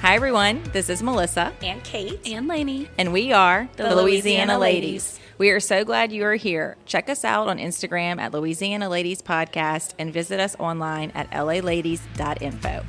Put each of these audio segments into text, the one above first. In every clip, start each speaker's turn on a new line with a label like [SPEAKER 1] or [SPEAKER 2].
[SPEAKER 1] Hi, everyone. This is Melissa,
[SPEAKER 2] and Kate.
[SPEAKER 3] and Lainey.
[SPEAKER 1] and we are
[SPEAKER 2] The Louisiana Ladies.
[SPEAKER 1] We are so glad you are here. Check us out on Instagram at Louisiana Ladies Podcast and visit us online at laladies.info.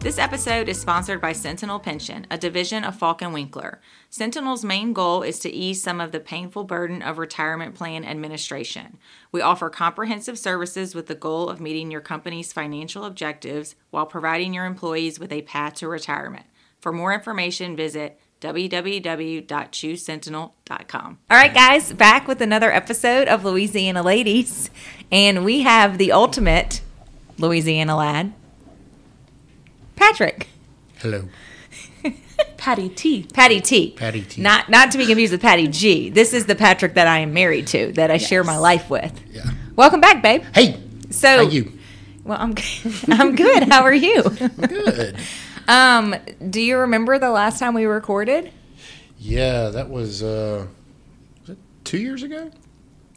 [SPEAKER 1] This episode is sponsored by Sentinel Pension, a division of Falcon Winkler. Sentinel's main goal is to ease some of the painful burden of retirement plan administration. We offer comprehensive services with the goal of meeting your company's financial objectives while providing your employees with a path to retirement. For more information, visit www.choosesentinel.com. All right, guys, back with another episode of Louisiana Ladies, and we have the ultimate Louisiana lad, Patrick.
[SPEAKER 4] Hello.
[SPEAKER 3] Patty T.
[SPEAKER 1] Patty T.
[SPEAKER 4] Patty T.
[SPEAKER 1] Not not to be confused with Patty G. This is the Patrick that I am married to, that I share my life with.
[SPEAKER 4] Yeah.
[SPEAKER 1] Welcome back, babe.
[SPEAKER 4] Hey.
[SPEAKER 1] So
[SPEAKER 4] How you?
[SPEAKER 1] Well, I'm g- I'm good. How are you?
[SPEAKER 4] Good.
[SPEAKER 1] Um, do you remember the last time we recorded?
[SPEAKER 4] yeah, that was uh was it two years ago?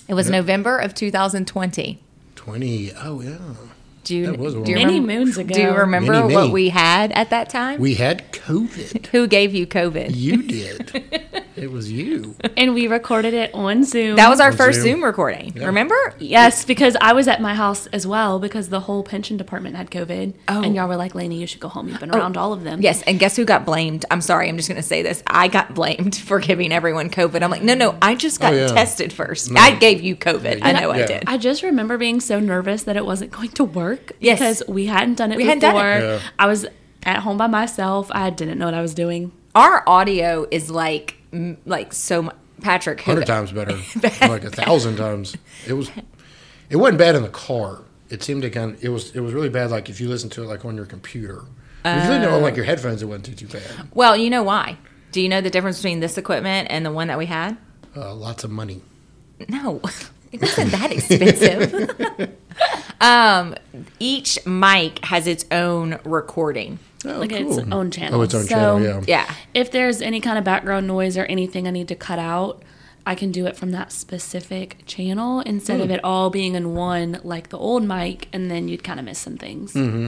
[SPEAKER 1] It was
[SPEAKER 4] Yep.
[SPEAKER 1] November of 2020.
[SPEAKER 4] Twenty oh yeah.
[SPEAKER 1] Do you,
[SPEAKER 4] That was a
[SPEAKER 1] do you
[SPEAKER 4] while.
[SPEAKER 3] Many
[SPEAKER 1] remember,
[SPEAKER 3] moons ago.
[SPEAKER 1] do you remember
[SPEAKER 4] Many,
[SPEAKER 1] what
[SPEAKER 4] many.
[SPEAKER 1] we had at that time?
[SPEAKER 4] We had COVID.
[SPEAKER 1] Who gave you COVID?
[SPEAKER 4] You did. it was you.
[SPEAKER 3] And we recorded it on Zoom.
[SPEAKER 1] That was our
[SPEAKER 4] On
[SPEAKER 1] first
[SPEAKER 4] Zoom.
[SPEAKER 1] Zoom recording. Remember?
[SPEAKER 3] yes, because I was at my house as well because the whole pension department had COVID.
[SPEAKER 1] Oh.
[SPEAKER 3] And y'all were like, Lainey, you should go home. You've been around all of them.
[SPEAKER 1] Yes, and guess who got blamed? I'm sorry, I'm just going to say this. I got blamed for giving everyone COVID. I'm like, no, no, I just got
[SPEAKER 4] Oh, yeah.
[SPEAKER 1] tested first. I gave you COVID. I know I
[SPEAKER 4] Yeah.
[SPEAKER 1] did.
[SPEAKER 3] I just remember being so nervous that it wasn't going to work
[SPEAKER 1] Yes.
[SPEAKER 3] because we hadn't done it
[SPEAKER 1] We hadn't
[SPEAKER 3] before.
[SPEAKER 1] done it.
[SPEAKER 4] Yeah.
[SPEAKER 3] I was at home by myself. I didn't know what I was doing.
[SPEAKER 1] Our audio is like, m- like so much. Patrick, who,
[SPEAKER 4] Hundred times better. like a thousand times. It was it wasn't bad in the car. It seemed to kind of, it was it was really bad like if you listen to it like on your computer. if you listen to it on like your headphones it wasn't too too bad.
[SPEAKER 1] well, you know why? Do you know the difference between this equipment and the one that we had?
[SPEAKER 4] Uh, lots of money.
[SPEAKER 1] No, it wasn't that expensive. um, each mic has its own recording.
[SPEAKER 4] Oh,
[SPEAKER 3] Like its own channel.
[SPEAKER 4] Oh, its own
[SPEAKER 3] So-
[SPEAKER 4] channel, yeah.
[SPEAKER 1] Yeah.
[SPEAKER 3] If there's any kind of background noise or anything I need to cut out, I can do it from that specific channel instead
[SPEAKER 4] Hmm.
[SPEAKER 3] of it all being in one like the old mic, and then you'd kind of miss some things.
[SPEAKER 4] Hmm.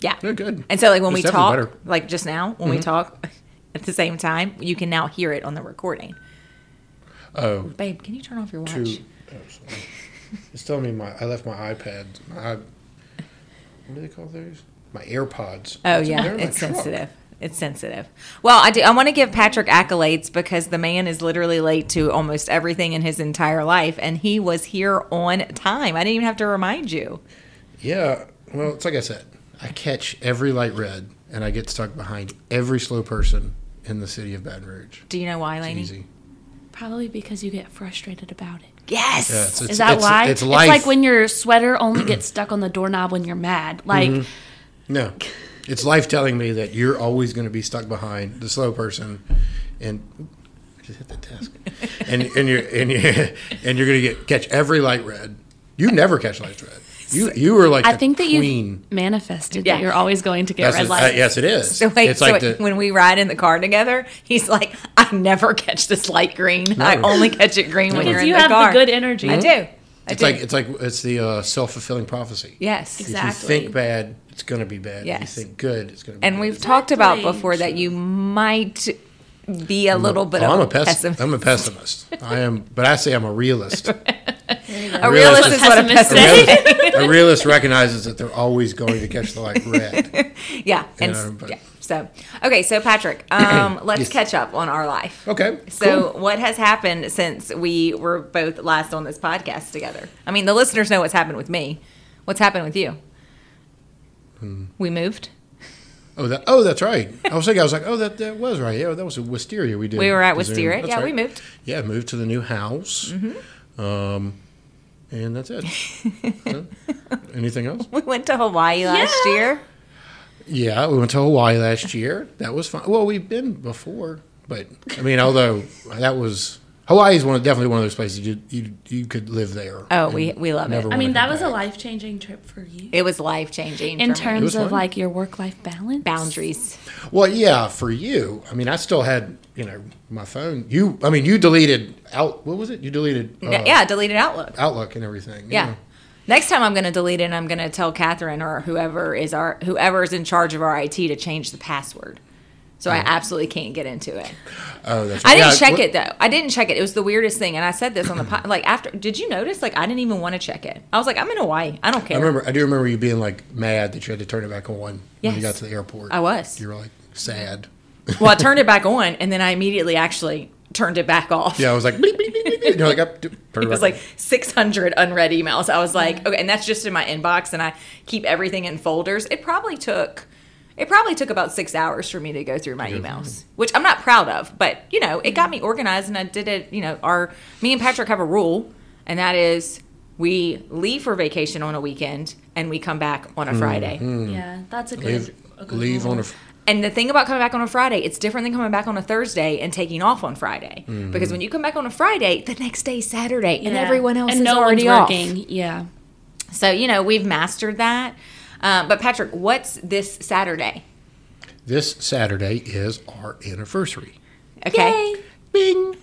[SPEAKER 1] Yeah.
[SPEAKER 4] Yeah, good.
[SPEAKER 1] And so, like, when
[SPEAKER 4] It's
[SPEAKER 1] we talk,
[SPEAKER 4] definitely better. Mm-hmm.
[SPEAKER 1] like just now, when we talk at the same time, you can now hear it on the recording.
[SPEAKER 4] Oh,
[SPEAKER 1] Babe, can you turn off your watch?
[SPEAKER 4] two. oh, sorry. It's telling me my I left my iPad. My, i- what do they call those? My AirPods.
[SPEAKER 1] Oh,
[SPEAKER 4] It's- they're
[SPEAKER 1] yeah.
[SPEAKER 4] in my
[SPEAKER 1] It's
[SPEAKER 4] truck.
[SPEAKER 1] sensitive. It's sensitive. Well, I do. I want to give Patrick accolades because the man is literally late to almost everything in his entire life, and he was here on time. I didn't even have to remind you.
[SPEAKER 4] Yeah. Well, it's like I said. I catch every light red, and I get stuck behind every slow person in the city of Baton Rouge.
[SPEAKER 1] Do you know why, Lainey?
[SPEAKER 4] Easy.
[SPEAKER 3] Probably because you get frustrated about it.
[SPEAKER 1] Yes.
[SPEAKER 4] Yeah, it's, it's,
[SPEAKER 3] Is that
[SPEAKER 4] it's,
[SPEAKER 3] why?
[SPEAKER 4] It's life.
[SPEAKER 3] like when your sweater only gets stuck on the doorknob when you're mad. Like
[SPEAKER 4] Mm-hmm. no, it's life telling me that you're always going to be stuck behind the slow person, and I just hit the desk, and and you're and you are and you're going to get catch every light red. You never catch light red. You you were like
[SPEAKER 3] I
[SPEAKER 4] the
[SPEAKER 3] think that
[SPEAKER 4] queen.
[SPEAKER 3] you've manifested
[SPEAKER 1] Yeah.
[SPEAKER 3] that you're always going to get
[SPEAKER 4] That's
[SPEAKER 3] red
[SPEAKER 4] a-
[SPEAKER 3] lights.
[SPEAKER 4] uh, yes, it is.
[SPEAKER 1] So wait,
[SPEAKER 4] it's like
[SPEAKER 1] so
[SPEAKER 4] the,
[SPEAKER 1] when we ride in the car together, he's like, "I never catch this light green. I only catch it green when
[SPEAKER 3] Because
[SPEAKER 1] you're in
[SPEAKER 3] you
[SPEAKER 1] the
[SPEAKER 3] have
[SPEAKER 1] car."
[SPEAKER 3] the good energy.
[SPEAKER 4] Mm-hmm.
[SPEAKER 1] I do. I
[SPEAKER 4] it's
[SPEAKER 1] do.
[SPEAKER 4] like it's like it's the uh, self fulfilling prophecy.
[SPEAKER 1] yes.
[SPEAKER 3] Exactly.
[SPEAKER 4] If you think bad, it's going to be bad.
[SPEAKER 1] Yes.
[SPEAKER 4] If you think good, it's going to be.
[SPEAKER 1] And
[SPEAKER 4] good.
[SPEAKER 1] we've talked about
[SPEAKER 3] Exactly.
[SPEAKER 1] before that you might be a little bit
[SPEAKER 4] Oh,
[SPEAKER 1] of
[SPEAKER 4] I'm
[SPEAKER 1] a
[SPEAKER 4] a pessi-
[SPEAKER 1] pessimist.
[SPEAKER 4] I'm a pessimist. I am, but I say I'm a realist.
[SPEAKER 1] A
[SPEAKER 4] realist
[SPEAKER 1] realist is
[SPEAKER 4] is
[SPEAKER 1] what a
[SPEAKER 3] pessimist.
[SPEAKER 1] pessimist.
[SPEAKER 4] a realist recognizes that they're always going to catch the light red.
[SPEAKER 1] Yeah. And
[SPEAKER 4] know,
[SPEAKER 1] s-
[SPEAKER 4] but-
[SPEAKER 1] yeah. So okay, so Patrick, um, let's
[SPEAKER 4] Yes.
[SPEAKER 1] catch up on our life.
[SPEAKER 4] Okay.
[SPEAKER 1] So,
[SPEAKER 4] cool.
[SPEAKER 1] what has happened since we were both last on this podcast together? I mean, the listeners know what's happened with me. What's happened with you?
[SPEAKER 4] Hmm.
[SPEAKER 1] We moved.
[SPEAKER 4] Oh, that, oh, that's right. I was thinking. I was like, oh, that, that was right. Yeah, that was a Wisteria we did.
[SPEAKER 1] We were at
[SPEAKER 4] the Zoom.
[SPEAKER 1] Wisteria.
[SPEAKER 4] That's
[SPEAKER 1] Yeah, we
[SPEAKER 4] right.
[SPEAKER 1] moved. Mm-hmm.
[SPEAKER 4] Yeah, moved to the new house. Um, and that's it. That's it. Anything else?
[SPEAKER 1] We went to Hawaii last year.
[SPEAKER 4] Yeah, we went to Hawaii last year. That was fun. Well, we've been before, but I mean, although that was Hawaii is one of, definitely one of those places you you you could live there.
[SPEAKER 1] Oh,
[SPEAKER 4] and
[SPEAKER 1] we- we love it.
[SPEAKER 4] never
[SPEAKER 1] I
[SPEAKER 3] I
[SPEAKER 4] wanna
[SPEAKER 3] mean,
[SPEAKER 4] come
[SPEAKER 3] that was
[SPEAKER 4] back.
[SPEAKER 3] a life changing trip for you
[SPEAKER 1] It was life changing
[SPEAKER 3] in
[SPEAKER 4] It
[SPEAKER 3] terms
[SPEAKER 4] was
[SPEAKER 3] of
[SPEAKER 4] fun.
[SPEAKER 3] like your work life balance.
[SPEAKER 1] boundaries.
[SPEAKER 4] Well, yeah, for you. I mean, I still had you know my phone. You, I mean, you deleted out. What was it? You deleted uh,
[SPEAKER 1] yeah, deleted Outlook.
[SPEAKER 4] Outlook and everything.
[SPEAKER 1] Yeah. Next time I'm going to delete it and I'm going to tell Catherine or whoever is our whoever is in charge of our IT to change the password. So I absolutely can't get into it.
[SPEAKER 4] Oh, that's
[SPEAKER 1] I didn't
[SPEAKER 4] yeah,
[SPEAKER 1] check
[SPEAKER 4] what-
[SPEAKER 1] it though. I didn't check it. It was the weirdest thing and I said this on the po- like after did you notice like I didn't even want to check it. I was like I'm in Hawaii. I don't care.
[SPEAKER 4] I remember. I do remember you being like mad that you had to turn it back on when
[SPEAKER 1] Yes.
[SPEAKER 4] you got to the airport.
[SPEAKER 1] I was.
[SPEAKER 4] You were like sad.
[SPEAKER 1] Well, I turned it back on and then I immediately actually turned it back off.
[SPEAKER 4] Yeah, I was like. beep, beep, beep, beep, beep. You're like, up, turn it
[SPEAKER 1] It was
[SPEAKER 4] back
[SPEAKER 1] like 600 unread emails. I was like, okay, and that's just in my inbox, and I keep everything in folders. It probably took, it probably took about six hours for me to go through my emails, which I'm not proud of, but you know, it got me organized, and I did it. You know, our me and Patrick have a rule, and that is we leave for vacation on a weekend and we come back on a Friday.
[SPEAKER 3] Yeah, that's a good.
[SPEAKER 4] on. Hmm. leave,
[SPEAKER 3] a good
[SPEAKER 4] leave
[SPEAKER 3] rule.
[SPEAKER 4] on a. fr-
[SPEAKER 1] And the thing about coming back on a Friday, it's different than coming back on a Thursday and taking off on Friday. Because when you come back on a Friday, the next day is Saturday, and
[SPEAKER 3] Yeah.
[SPEAKER 1] everyone else
[SPEAKER 3] And
[SPEAKER 1] is
[SPEAKER 3] no one's
[SPEAKER 1] already off.
[SPEAKER 3] working. Yeah.
[SPEAKER 1] So you know we've mastered that. Um, but Patrick, what's this Saturday?
[SPEAKER 4] This Saturday is our anniversary.
[SPEAKER 1] Okay.
[SPEAKER 4] Bing.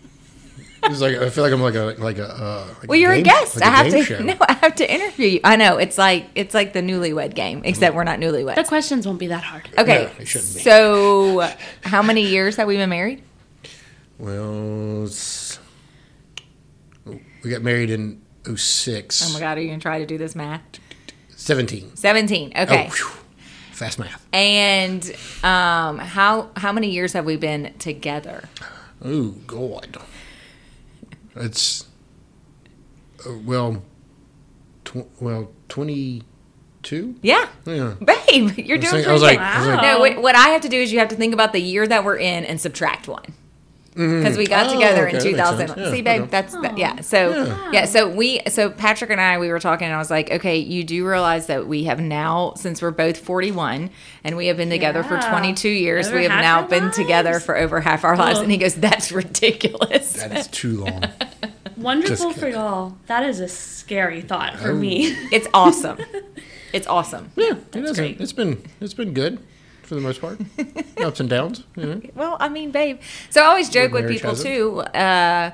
[SPEAKER 4] It's like I feel like I'm like a like a. Uh, like
[SPEAKER 1] Well, you're
[SPEAKER 4] game-
[SPEAKER 1] a guest.
[SPEAKER 4] like
[SPEAKER 1] I have to.
[SPEAKER 4] game show.
[SPEAKER 1] No, I have to interview you. I know it's like it's like the newlywed game, except we're not newlywed.
[SPEAKER 3] The questions won't be that hard.
[SPEAKER 1] okay.
[SPEAKER 4] No, it shouldn't be.
[SPEAKER 1] So, how many years have we been married?
[SPEAKER 4] Well, it's, we got married in 06.
[SPEAKER 1] Oh my God, are you gonna try to do this math?
[SPEAKER 4] 17.
[SPEAKER 1] Seventeen. Okay.
[SPEAKER 4] Oh, whew. fast math.
[SPEAKER 1] And um, how how many years have we been together?
[SPEAKER 4] Oh, God. It's, uh, well, tw- well, 22?
[SPEAKER 1] Yeah.
[SPEAKER 4] Yeah.
[SPEAKER 1] Babe, you're doing
[SPEAKER 4] was saying-
[SPEAKER 1] pretty
[SPEAKER 4] I
[SPEAKER 1] good.
[SPEAKER 4] was like- I was like-
[SPEAKER 1] no, what, what I have to do is you have to think about the year that we're in and subtract one. Because we got
[SPEAKER 4] Oh,
[SPEAKER 1] together in
[SPEAKER 4] okay, that makes sense.
[SPEAKER 1] 2000.
[SPEAKER 4] Yeah,
[SPEAKER 1] See, babe,
[SPEAKER 4] okay. Oh.
[SPEAKER 1] that's the, yeah. So yeah.
[SPEAKER 4] Yeah.
[SPEAKER 1] so we so Patrick and I we were talking, and I was like, okay, you do realize that we have now since we're both 41, and we have been together for
[SPEAKER 3] Yeah.
[SPEAKER 1] 22 years.
[SPEAKER 3] Over
[SPEAKER 1] we have
[SPEAKER 3] half
[SPEAKER 1] now
[SPEAKER 3] our
[SPEAKER 1] been
[SPEAKER 3] lives.
[SPEAKER 1] together for over half our lives,
[SPEAKER 3] Ugh.
[SPEAKER 1] and
[SPEAKER 4] Oh.
[SPEAKER 1] he goes, that's ridiculous.
[SPEAKER 4] That is too long.
[SPEAKER 3] Wonderful
[SPEAKER 4] Just
[SPEAKER 3] for
[SPEAKER 4] kidding.
[SPEAKER 3] y'all. That is a scary thought for
[SPEAKER 4] Oh.
[SPEAKER 3] me.
[SPEAKER 1] it's awesome. It's awesome.
[SPEAKER 4] yeah, it is.
[SPEAKER 3] great.
[SPEAKER 4] It's been, it's been good for the most part. Ups and downs. You know.
[SPEAKER 1] Well, I mean, babe. So I always joke with
[SPEAKER 4] marriage
[SPEAKER 1] people
[SPEAKER 4] has it.
[SPEAKER 1] too, uh,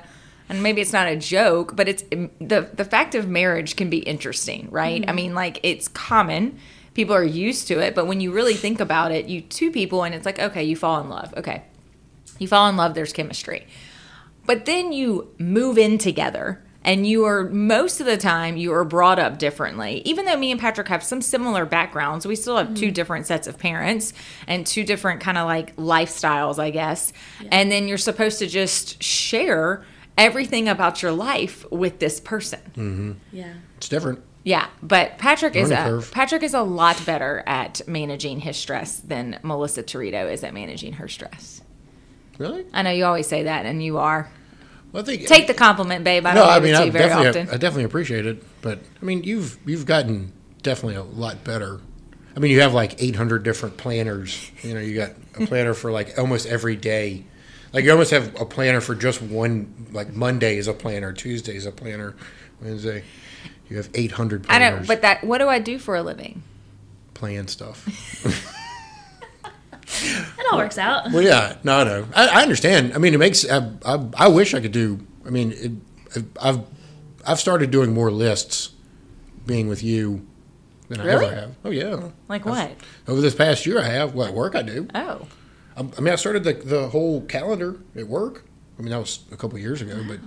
[SPEAKER 1] and maybe it's not a joke, but it's um, the the fact of marriage can be interesting, right? I mean, like it's common. People are used to it, but when you really think about it, you two people, and it's like, okay, you fall in love. Okay, you fall in love. There's chemistry, but then you move in together. And you are most of the time you are brought up differently. Even though me and Patrick have some similar backgrounds, we still have
[SPEAKER 4] Mm-hmm.
[SPEAKER 1] two different sets of parents and two different kind of like lifestyles, I guess. And then you're supposed to just share everything about your life with this person.
[SPEAKER 4] Hmm.
[SPEAKER 3] yeah.
[SPEAKER 4] It's different.
[SPEAKER 1] Yeah, but Patrick is
[SPEAKER 4] Learning
[SPEAKER 1] a,
[SPEAKER 4] curve.
[SPEAKER 1] Patrick is a lot better at managing his stress than Melissa Torito is at managing her stress.
[SPEAKER 4] Really?
[SPEAKER 1] I know you always say that, and you are.
[SPEAKER 4] Well, I think
[SPEAKER 1] Take the compliment, babe. I
[SPEAKER 4] No,
[SPEAKER 1] don't
[SPEAKER 4] I
[SPEAKER 1] give
[SPEAKER 4] mean,
[SPEAKER 1] it to
[SPEAKER 4] I
[SPEAKER 1] you very
[SPEAKER 4] definitely,
[SPEAKER 1] often.
[SPEAKER 4] I definitely appreciate it, but I mean, you've you've gotten definitely a lot better. I mean, you have like 800 different planners. You know, you got a planner for like almost every day. Like you almost have a planner for just one. Like Monday is a planner, Tuesday is a planner, Wednesday. You have 800
[SPEAKER 1] I
[SPEAKER 4] planners.
[SPEAKER 1] don't. But that. What do I do for a living?
[SPEAKER 4] plan stuff.
[SPEAKER 3] It all works out.
[SPEAKER 4] Well, yeah, no, I know. I, I understand. I mean, it makes. I, I, I wish I could do. I mean, it, I've I've started doing more lists, being with you, than I
[SPEAKER 1] Really?
[SPEAKER 4] ever have. Oh yeah.
[SPEAKER 1] Like what?
[SPEAKER 4] Over this past year, I have what work I do.
[SPEAKER 1] Oh,
[SPEAKER 4] I, I mean, I started the the whole calendar at work. I mean, that was a couple years ago, but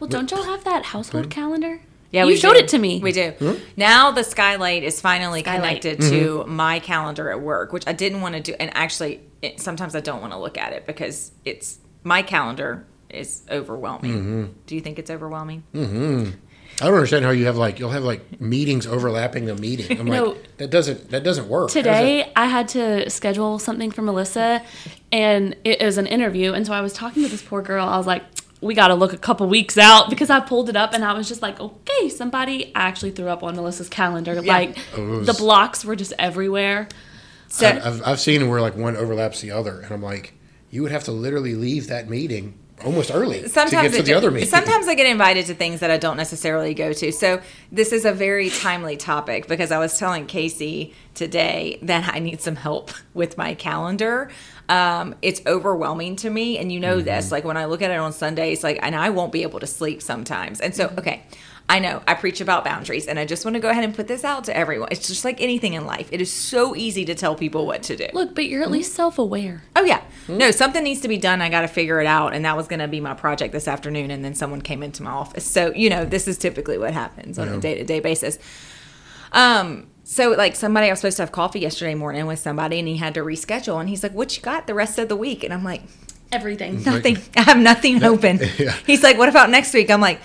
[SPEAKER 3] Well, don't y'all have that household calendar?
[SPEAKER 1] yeah.
[SPEAKER 3] you
[SPEAKER 1] we
[SPEAKER 3] showed
[SPEAKER 1] do.
[SPEAKER 3] it to me.
[SPEAKER 1] We do. Now the Hmm? skylight Mm-hmm. is finally
[SPEAKER 3] Skylight.
[SPEAKER 1] connected to my calendar at work, which I didn't want to do. And actually, it, sometimes I don't want to look at it because it's my calendar is overwhelming. Do you think it's overwhelming?
[SPEAKER 4] I don't understand how you have like you'll have like meetings overlapping the meeting. I'm
[SPEAKER 3] No.
[SPEAKER 4] like that doesn't that doesn't work. How does that-
[SPEAKER 3] Today, I had to schedule something for Melissa, and it was an interview. And so I was talking to this poor girl. I was like, we got to look a couple weeks out because I pulled it up and I was just like, okay, somebody actually threw up on Melissa's calendar. Like,
[SPEAKER 4] Oh, it was-
[SPEAKER 3] the blocks were just everywhere.
[SPEAKER 1] So
[SPEAKER 4] I've, I've seen where like one overlaps the other, and I'm like, you would have to literally leave that meeting almost early
[SPEAKER 1] sometimes
[SPEAKER 4] to get to
[SPEAKER 1] it-
[SPEAKER 4] the other meeting.
[SPEAKER 1] Sometimes I get invited to things that I don't necessarily go to. So this is a very timely topic because I was telling Casey today that I need some help with my calendar. Um, it's overwhelming to me, and you know
[SPEAKER 4] Mm-hmm.
[SPEAKER 1] this. Like when I look at it on Sundays, like and I won't be able to sleep sometimes. And
[SPEAKER 4] Mm-hmm.
[SPEAKER 1] so, okay. I know I preach about boundaries, and I just want to go ahead and put this out to everyone. It's just like anything in life; it is so easy to tell people what to do.
[SPEAKER 3] Look, but you're at least self aware.
[SPEAKER 1] Oh yeah. No, something needs to be done. I got to figure it out, and that was going to be my project this afternoon. And then someone came into my office. So you know, this is typically what happens on a day to day basis. Um. So like somebody I was supposed to have coffee yesterday morning with somebody, and he had to reschedule. And he's like, "What you got the rest of the week?" And I'm like,
[SPEAKER 3] Everything.
[SPEAKER 1] "Nothing. I have nothing open."
[SPEAKER 4] yeah.
[SPEAKER 1] He's like, "What about next week?" I'm like.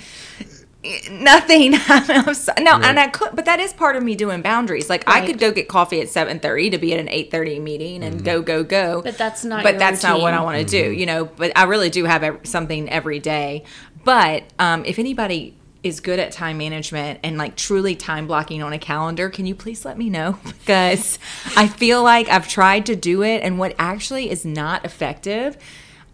[SPEAKER 1] Nothing. I'm so, no, and I could, but that is part of me doing boundaries. Like I
[SPEAKER 3] Right.
[SPEAKER 1] could go get coffee at seven thirty to be at an eight thirty meeting and go go go
[SPEAKER 3] But that's not
[SPEAKER 1] but
[SPEAKER 3] your
[SPEAKER 1] that's not what I
[SPEAKER 3] routine.
[SPEAKER 1] want to do, you know. But I really do have ev- something every day. But um, if anybody is good at time management and like truly time blocking on a calendar, can you please let me know? Because I feel like I've tried to do it, and what actually is not effective.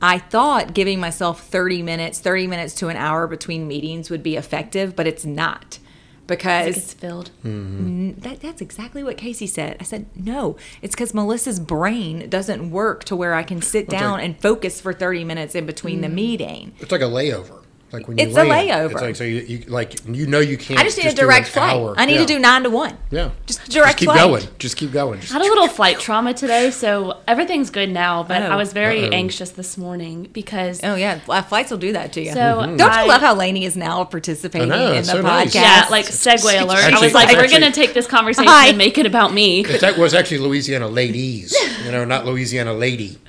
[SPEAKER 1] I thought giving myself 30 minutes, 30 minutes to an hour between meetings would be effective, but it's not because
[SPEAKER 3] It's filled.
[SPEAKER 1] that, that's exactly what Casey said. I said, no, it's because Melissa's brain doesn't work to where I can sit down and focus for 30 minutes in between
[SPEAKER 4] Mm.
[SPEAKER 1] the meeting.
[SPEAKER 4] It's like a layover. Like when you
[SPEAKER 1] It's a
[SPEAKER 4] land,
[SPEAKER 1] layover.
[SPEAKER 4] It's like so you, you like you know you can't.
[SPEAKER 1] I just need a
[SPEAKER 4] do an
[SPEAKER 1] direct flight.
[SPEAKER 4] hour.
[SPEAKER 1] I need
[SPEAKER 4] Yeah.
[SPEAKER 1] to do nine to one.
[SPEAKER 4] Yeah.
[SPEAKER 1] Just direct
[SPEAKER 4] Just keep
[SPEAKER 1] flight.
[SPEAKER 4] going. Just keep going. Just
[SPEAKER 3] I had a little flight trauma today, so everything's good now. But I
[SPEAKER 1] Oh.
[SPEAKER 3] was very
[SPEAKER 4] Uh-oh.
[SPEAKER 3] anxious this morning because
[SPEAKER 1] Oh, yeah. fl- Flights will do that to you.
[SPEAKER 3] So
[SPEAKER 1] Don't
[SPEAKER 3] I-
[SPEAKER 1] you love how Laney is now participating
[SPEAKER 4] I know,
[SPEAKER 1] in the
[SPEAKER 4] it's so
[SPEAKER 1] podcast?
[SPEAKER 4] nice.
[SPEAKER 3] yeah, like segue alert. I
[SPEAKER 4] Actually-
[SPEAKER 3] was like, we're
[SPEAKER 4] actually-
[SPEAKER 3] gonna take this conversation
[SPEAKER 1] Hi.
[SPEAKER 3] and make it about me.
[SPEAKER 4] If that was actually Louisiana ladies, you know, not Louisiana lady.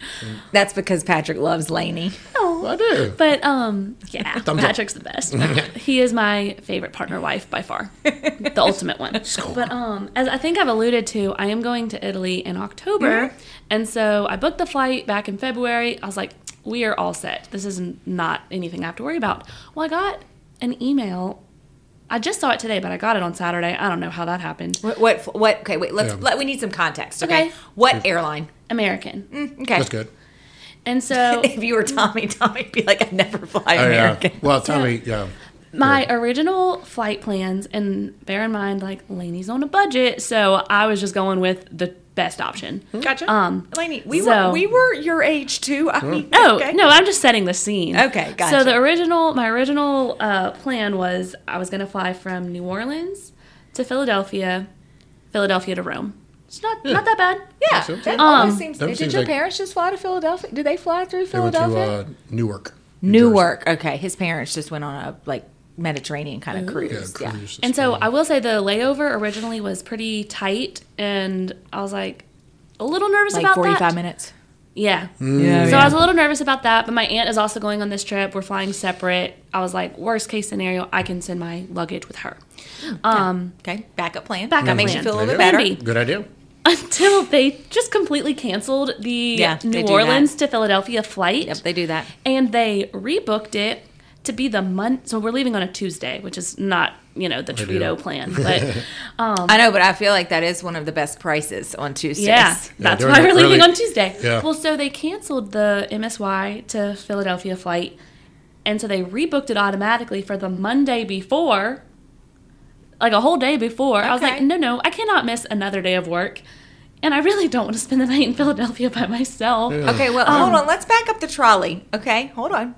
[SPEAKER 1] That's because Patrick loves Laney.
[SPEAKER 4] Well, I do.
[SPEAKER 3] But um, yeah,
[SPEAKER 4] Thumbs up.
[SPEAKER 3] Patrick's the best. he is my favorite partner wife by far, the ultimate one. But um, as I think I've alluded to, I am going to Italy in October,
[SPEAKER 4] Mm-hmm.
[SPEAKER 3] and so I booked the flight back in February. I was like, we are all set. This is not anything I have to worry about. Well, I got an email. I just saw it today, but I got it on Saturday. I don't know how that happened.
[SPEAKER 1] What, what, what okay, wait, let's,
[SPEAKER 4] Yeah.
[SPEAKER 1] let, we need some context, okay?
[SPEAKER 3] Okay.
[SPEAKER 1] What airline?
[SPEAKER 3] American.
[SPEAKER 4] Mm.
[SPEAKER 1] Okay.
[SPEAKER 4] That's good.
[SPEAKER 3] And so
[SPEAKER 1] If you were Tommy, Tommy'd be like, I never fly
[SPEAKER 4] Oh, yeah.
[SPEAKER 1] American.
[SPEAKER 4] Well, Tommy, yeah.
[SPEAKER 3] my original flight plans, and bear in mind, like Laney's on a budget, so I was just going with the best option.
[SPEAKER 1] Gotcha.
[SPEAKER 3] Um,
[SPEAKER 1] Laney, we
[SPEAKER 3] so-
[SPEAKER 1] were we were your age too.
[SPEAKER 4] Hmm.
[SPEAKER 1] I mean,
[SPEAKER 3] Oh
[SPEAKER 1] okay.
[SPEAKER 3] no, I'm just setting the scene.
[SPEAKER 1] Okay,
[SPEAKER 3] So
[SPEAKER 1] gotcha.
[SPEAKER 3] the original, my original uh, plan was I was gonna fly from New Orleans to Philadelphia, Philadelphia to Rome. It's not
[SPEAKER 1] Hmm.
[SPEAKER 3] not that bad.
[SPEAKER 1] Yeah, that
[SPEAKER 4] That seems-
[SPEAKER 1] almost
[SPEAKER 3] Um,
[SPEAKER 1] seems.
[SPEAKER 4] that
[SPEAKER 1] did
[SPEAKER 4] seems
[SPEAKER 1] your
[SPEAKER 4] like-
[SPEAKER 1] parents just fly to Philadelphia? Did they fly through
[SPEAKER 4] They went to
[SPEAKER 1] Philadelphia?
[SPEAKER 4] uh, Newark. New Jersey.
[SPEAKER 1] Newark. Okay, his parents just went on a like Mediterranean kind of cruise. Yeah,
[SPEAKER 4] Yeah, cruise.
[SPEAKER 3] And so I will say the layover originally was pretty tight, and I was like a little nervous
[SPEAKER 1] like
[SPEAKER 3] about
[SPEAKER 1] forty-five
[SPEAKER 3] that.
[SPEAKER 1] minutes. Hmm.
[SPEAKER 3] Yeah.
[SPEAKER 4] Mm,
[SPEAKER 1] Oh, Yeah,
[SPEAKER 3] So I was a little nervous about that, but my aunt is also going on this trip. We're flying separate. I was like, worst case scenario, I can send my luggage with her. Um,
[SPEAKER 1] okay. Backup plan.
[SPEAKER 3] Backup
[SPEAKER 1] that makes you
[SPEAKER 3] plan.
[SPEAKER 1] feel a little bit
[SPEAKER 4] Plan
[SPEAKER 1] better.
[SPEAKER 3] B.
[SPEAKER 4] Good idea.
[SPEAKER 3] until they just completely canceled the
[SPEAKER 1] Yeah, they
[SPEAKER 3] New
[SPEAKER 1] do
[SPEAKER 3] Orleans to Philadelphia flight.
[SPEAKER 1] Yep, they do that.
[SPEAKER 3] and they rebooked it to be the month. So we're leaving on a Tuesday, which is not, you know, the Trudeau plan. But
[SPEAKER 1] I know, but I feel like that is one of the best prices on Tuesdays.
[SPEAKER 3] yeah, that's
[SPEAKER 4] during
[SPEAKER 3] why
[SPEAKER 4] the
[SPEAKER 3] we're leaving
[SPEAKER 4] early-
[SPEAKER 3] on Tuesday.
[SPEAKER 4] Yeah.
[SPEAKER 3] Well, so they canceled the MSY to Philadelphia flight. And so they rebooked it automatically for the Monday before, like a whole day before. I was
[SPEAKER 1] Okay.
[SPEAKER 3] like, no, no, I cannot miss another day of work. And I really don't want to spend the night in Philadelphia by myself.
[SPEAKER 1] Okay, well, hold on. Let's back up the trolley. Okay, hold on.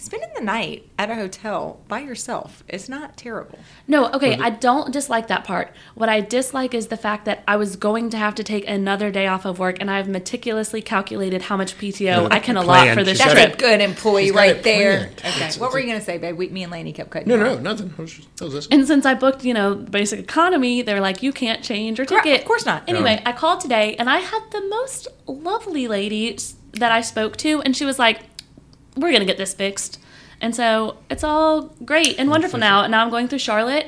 [SPEAKER 1] Spending the night at a hotel by yourself is not terrible.
[SPEAKER 3] No, okay, I don't dislike that part. What I dislike is the fact that I was going to have to take another day off of work, and I've meticulously calculated how much PTO I can allot
[SPEAKER 4] plan.
[SPEAKER 3] for this
[SPEAKER 4] She's got
[SPEAKER 1] That's
[SPEAKER 4] it.
[SPEAKER 1] a
[SPEAKER 3] trip.
[SPEAKER 1] good employee
[SPEAKER 4] She's got
[SPEAKER 1] right
[SPEAKER 4] it
[SPEAKER 1] there.
[SPEAKER 4] planned.
[SPEAKER 1] Okay,
[SPEAKER 4] It's-
[SPEAKER 1] what
[SPEAKER 4] it's-
[SPEAKER 1] were you gonna say, babe? We, me and Laney kept cutting.
[SPEAKER 4] No,
[SPEAKER 1] you
[SPEAKER 4] no,
[SPEAKER 1] off.
[SPEAKER 4] nothing. I was just- that was this.
[SPEAKER 3] And since I booked, you know, basic economy, they were like, you can't change your
[SPEAKER 1] Correct,
[SPEAKER 3] ticket.
[SPEAKER 1] of course not.
[SPEAKER 3] Anyway, I called today and I had the most lovely lady s- that I spoke to, and she was like, we're going to get this fixed. And so it's all great and wonderful now. And now I'm going through Charlotte,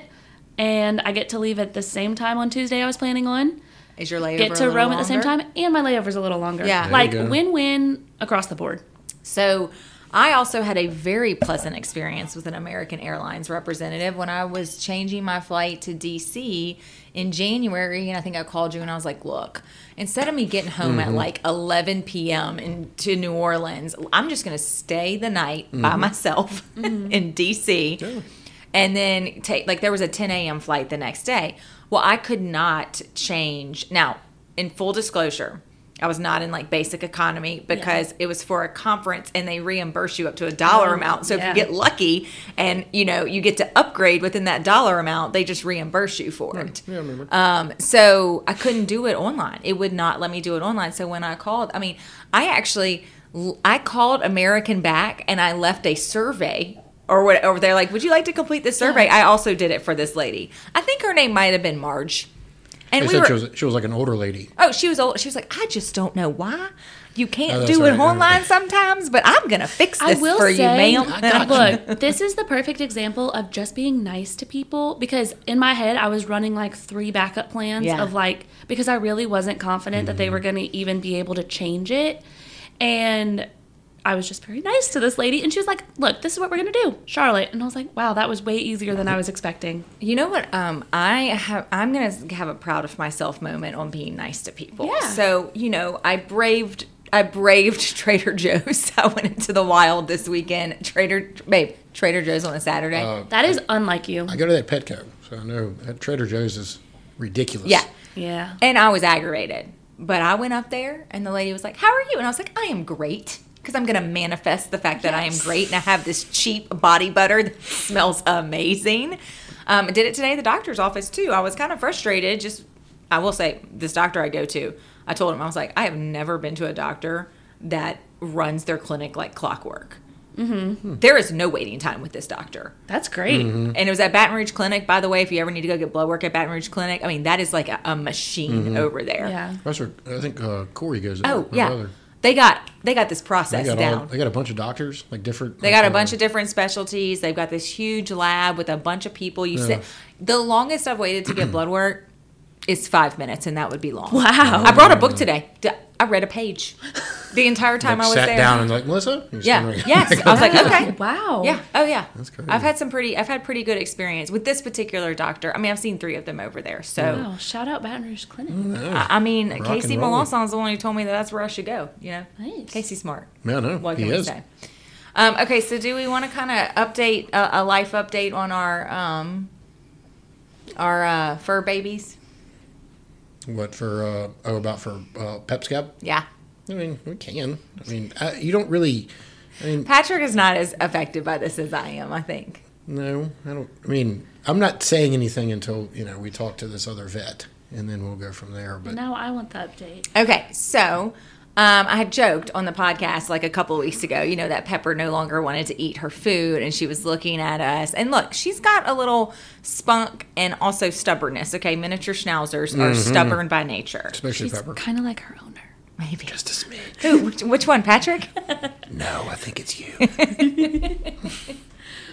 [SPEAKER 3] and I get to leave at the same time on Tuesday I was planning on,
[SPEAKER 1] Is your layover
[SPEAKER 3] get
[SPEAKER 1] a
[SPEAKER 3] to
[SPEAKER 1] little
[SPEAKER 3] Rome at the same
[SPEAKER 1] longer?
[SPEAKER 3] time, and my layover's a little longer.
[SPEAKER 1] Yeah. There you
[SPEAKER 3] Like
[SPEAKER 4] go.
[SPEAKER 3] win win across the board.
[SPEAKER 1] So I also had a very pleasant experience with an American Airlines representative when I was changing my flight to DC in January. And I think I called you and I was like, look, instead of me getting home
[SPEAKER 4] Mm-hmm.
[SPEAKER 1] at like 11 p.m. In, to New Orleans, I'm just going to stay the night by
[SPEAKER 4] Mm-hmm.
[SPEAKER 1] myself
[SPEAKER 3] Mm-hmm.
[SPEAKER 1] in DC. And then take, like, there was a 10 a.m. flight the next day. Well, I could not change. Now, in full disclosure, I was not in like basic economy because it was for a conference and they reimburse you up to a dollar amount. So if
[SPEAKER 3] yeah.
[SPEAKER 1] you get lucky and you know you get to upgrade within that dollar amount, they just reimburse you for it.
[SPEAKER 4] I remember.
[SPEAKER 1] Um, so I couldn't do it online. It would not let me do it online. So when I called, I mean, I actually I called American back and I left a survey or what or they're like, "Would you like to complete this survey?" I also did it for this lady. I think her name might have been Marge. And
[SPEAKER 4] They
[SPEAKER 1] we
[SPEAKER 4] said
[SPEAKER 1] were,
[SPEAKER 4] she, was, she was like an older lady.
[SPEAKER 1] Oh, she was old. She was like, I just don't know why you can't
[SPEAKER 4] Oh, that's
[SPEAKER 1] do it
[SPEAKER 4] right.
[SPEAKER 1] online sometimes, but I'm gonna fix
[SPEAKER 3] I
[SPEAKER 1] this
[SPEAKER 3] will
[SPEAKER 1] for
[SPEAKER 3] say,
[SPEAKER 1] you,
[SPEAKER 3] God,
[SPEAKER 1] ma'am.
[SPEAKER 3] look, this is the perfect example of just being nice to people because in my head I was running like three backup plans
[SPEAKER 1] Yeah.
[SPEAKER 3] of like because I really wasn't confident that they were going to even be able to change it, and I was just very nice to this lady, and she was like, "Look, this is what we're going to do, Charlotte," and I was like, "Wow, that was way easier than I was expecting."
[SPEAKER 1] you know what? Um, I have. I'm gonna have a proud of myself moment on being nice to people.
[SPEAKER 3] Yeah.
[SPEAKER 1] So you know, I braved. I braved Trader Joe's. I went into the wild this weekend. Trader, babe, Trader Joe's on a Saturday.
[SPEAKER 3] That is unlike you.
[SPEAKER 4] I go to that Petco, so I know that Trader Joe's is ridiculous.
[SPEAKER 1] yeah.
[SPEAKER 3] Yeah.
[SPEAKER 1] And I was aggravated. But I went up there and the lady was like, How are you? And I was like, I am great. Because I'm going to manifest the fact that I am great and I have this cheap body butter that smells amazing. Um, I did it today at the doctor's office too. I was kind of frustrated. Just, I will say, this doctor I go to, I told him, I was like, I have never been to a doctor that runs their clinic like clockwork. There is no waiting time with this doctor.
[SPEAKER 3] That's great.
[SPEAKER 1] And it was at Baton Rouge Clinic, by the way. If you ever need to go get blood work at Baton Rouge Clinic, I mean that is like a, a machine over there.
[SPEAKER 3] Yeah.
[SPEAKER 4] That's where I think uh, Corey goes.
[SPEAKER 1] Oh
[SPEAKER 4] Mm-hmm. my
[SPEAKER 1] yeah,
[SPEAKER 4] brother.
[SPEAKER 1] they got they got this
[SPEAKER 4] They
[SPEAKER 1] process
[SPEAKER 4] got all,
[SPEAKER 1] down.
[SPEAKER 4] they got a bunch of doctors, like uh, different.
[SPEAKER 1] They got a bunch of different specialties. They've got this huge lab with a bunch of people. You sit. The longest I've waited to get blood work is five minutes, and that would be long.
[SPEAKER 3] Wow.
[SPEAKER 1] I brought a book today. D- I read a page the entire time I was
[SPEAKER 4] sat
[SPEAKER 1] there.
[SPEAKER 4] down and like Melissa. You're just
[SPEAKER 1] yeah.
[SPEAKER 4] gonna-
[SPEAKER 1] Yes. I was like, okay.
[SPEAKER 3] Oh, Wow.
[SPEAKER 1] Yeah. Oh yeah.
[SPEAKER 4] That's crazy.
[SPEAKER 1] I've had some pretty I've had pretty good experience with this particular doctor. I mean, I've seen three of them over there. So
[SPEAKER 3] Wow. Shout out Baton Rouge Clinic.
[SPEAKER 1] Mm-hmm.
[SPEAKER 4] Yeah.
[SPEAKER 1] I, I mean,
[SPEAKER 4] and
[SPEAKER 1] Casey
[SPEAKER 4] roll.
[SPEAKER 1] Malonson's the one who told me that that's where I should go. You know,
[SPEAKER 3] Nice.
[SPEAKER 1] Casey Smart.
[SPEAKER 4] Yeah, no,
[SPEAKER 1] What
[SPEAKER 4] he
[SPEAKER 1] can we
[SPEAKER 4] is.
[SPEAKER 1] say? Um, okay, so do we want to kind of update uh, a life update on our um, our uh, fur babies?
[SPEAKER 4] What for? Uh, oh, about for uh, Pep Scab?
[SPEAKER 1] Yeah,
[SPEAKER 4] I mean, we can. I mean, I, you don't really. I mean,
[SPEAKER 1] Patrick is not as affected by this as I am. I think.
[SPEAKER 4] no, I don't. I mean, I'm not saying anything until you know we talk to this other vet, and then we'll go from there. But
[SPEAKER 3] Now I want the update.
[SPEAKER 1] Okay, so um, I had joked on the podcast like a couple weeks ago, you know, that Pepper no longer wanted to eat her food and she was looking at us. And look, she's got a little spunk and also stubbornness. Okay, miniature schnauzers are
[SPEAKER 4] Mm-hmm.
[SPEAKER 1] stubborn by nature.
[SPEAKER 4] especially
[SPEAKER 3] She's
[SPEAKER 4] Pepper.
[SPEAKER 3] kind of like her owner.
[SPEAKER 1] Maybe.
[SPEAKER 4] Just a smidge.
[SPEAKER 1] Who, which, which one, Patrick?
[SPEAKER 4] No, I think it's you.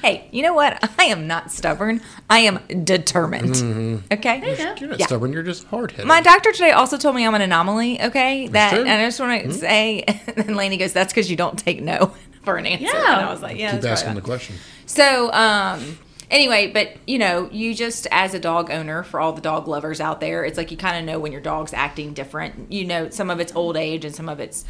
[SPEAKER 1] hey, you know what? I am not stubborn, I am determined.
[SPEAKER 4] Mm-hmm.
[SPEAKER 1] Okay?
[SPEAKER 4] You're not
[SPEAKER 1] Yeah.
[SPEAKER 4] stubborn. You're just hard headed.
[SPEAKER 1] My doctor today also told me I'm an anomaly. Okay, that
[SPEAKER 4] true. Mm-hmm.
[SPEAKER 1] and I just want to say, and Lainey goes, "That's because you don't take no for an answer."
[SPEAKER 3] Yeah.
[SPEAKER 1] and I was like, "Yeah."
[SPEAKER 4] Keep
[SPEAKER 1] that's
[SPEAKER 4] asking
[SPEAKER 1] probably
[SPEAKER 4] the question.
[SPEAKER 1] So, um, anyway, but you know, you just as a dog owner, for all the dog lovers out there, it's like you kind of know when your dog's acting different. You know, some of it's old age and some of it's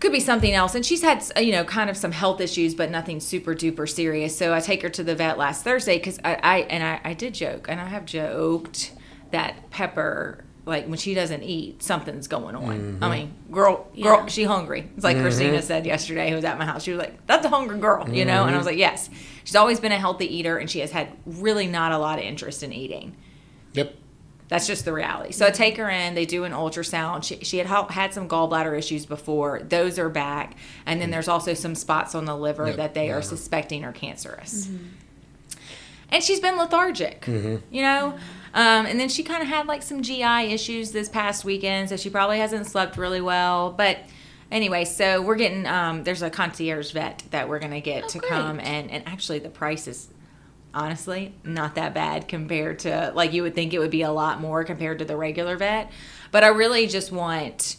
[SPEAKER 1] could be something else. And she's had, you know, kind of some health issues, but nothing super duper serious. So I take her to the vet last Thursday because I, I and I, I did joke and I have joked that Pepper. Like when she doesn't eat, something's going on. I mean, girl, girl,
[SPEAKER 3] Yeah.
[SPEAKER 1] she hungry. It's like Christina said yesterday, who was at my house. She was like, "That's a hungry girl," you know. And I was like, "Yes." She's always been a healthy eater, and she has had really not a lot of interest in eating.
[SPEAKER 4] Yep.
[SPEAKER 1] That's just the reality. So I take her in. They do an ultrasound. She, she had hel- had some gallbladder issues before. Those are back, and then there's also some spots on the liver
[SPEAKER 4] Yep,
[SPEAKER 1] that they are
[SPEAKER 4] liver.
[SPEAKER 1] suspecting are cancerous. And she's been lethargic, you know. Um, and then she kind of had like some GI issues this past weekend, so she probably hasn't slept really well. But anyway, so we're getting um, there's a concierge vet that we're gonna get to
[SPEAKER 3] great.
[SPEAKER 1] come and and actually the price is honestly not that bad compared to like you would think it would be a lot more compared to the regular vet but i really just want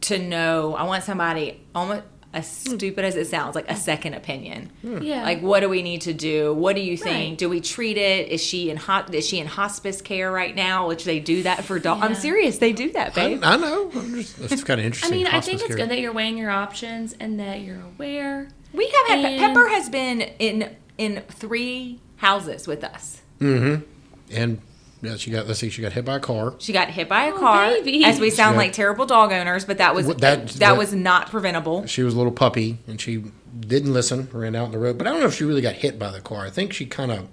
[SPEAKER 1] to know i want somebody almost as stupid as it sounds, like a second opinion.
[SPEAKER 3] Yeah.
[SPEAKER 1] Like, what do we need to do? What do you think?
[SPEAKER 3] Right.
[SPEAKER 1] Do we treat it? Is she in hot? Is she in hospice care right now? Which they do that for dogs. I'm
[SPEAKER 3] Yeah.
[SPEAKER 1] serious. They do that,
[SPEAKER 4] I,
[SPEAKER 1] babe.
[SPEAKER 4] I know. I'm just, that's kind of
[SPEAKER 3] I
[SPEAKER 4] interesting.
[SPEAKER 3] mean, I
[SPEAKER 4] hospice
[SPEAKER 3] think it's
[SPEAKER 4] care.
[SPEAKER 3] good that you're weighing your options and that you're aware.
[SPEAKER 1] we have had
[SPEAKER 3] And-
[SPEAKER 1] Pepper has been in in three houses with us.
[SPEAKER 4] And yeah, she got. Let's see. She got hit by a car.
[SPEAKER 1] She got hit by a
[SPEAKER 3] Oh,
[SPEAKER 1] car.
[SPEAKER 3] baby.
[SPEAKER 1] As we sound
[SPEAKER 4] Yeah.
[SPEAKER 1] like terrible dog owners, but that was
[SPEAKER 4] What-
[SPEAKER 1] that,
[SPEAKER 4] that-
[SPEAKER 1] that,
[SPEAKER 4] that-
[SPEAKER 1] was not preventable.
[SPEAKER 4] She was a little puppy, and she didn't listen. Ran out in the road, but I don't know if she really got hit by the car. I think she kind of.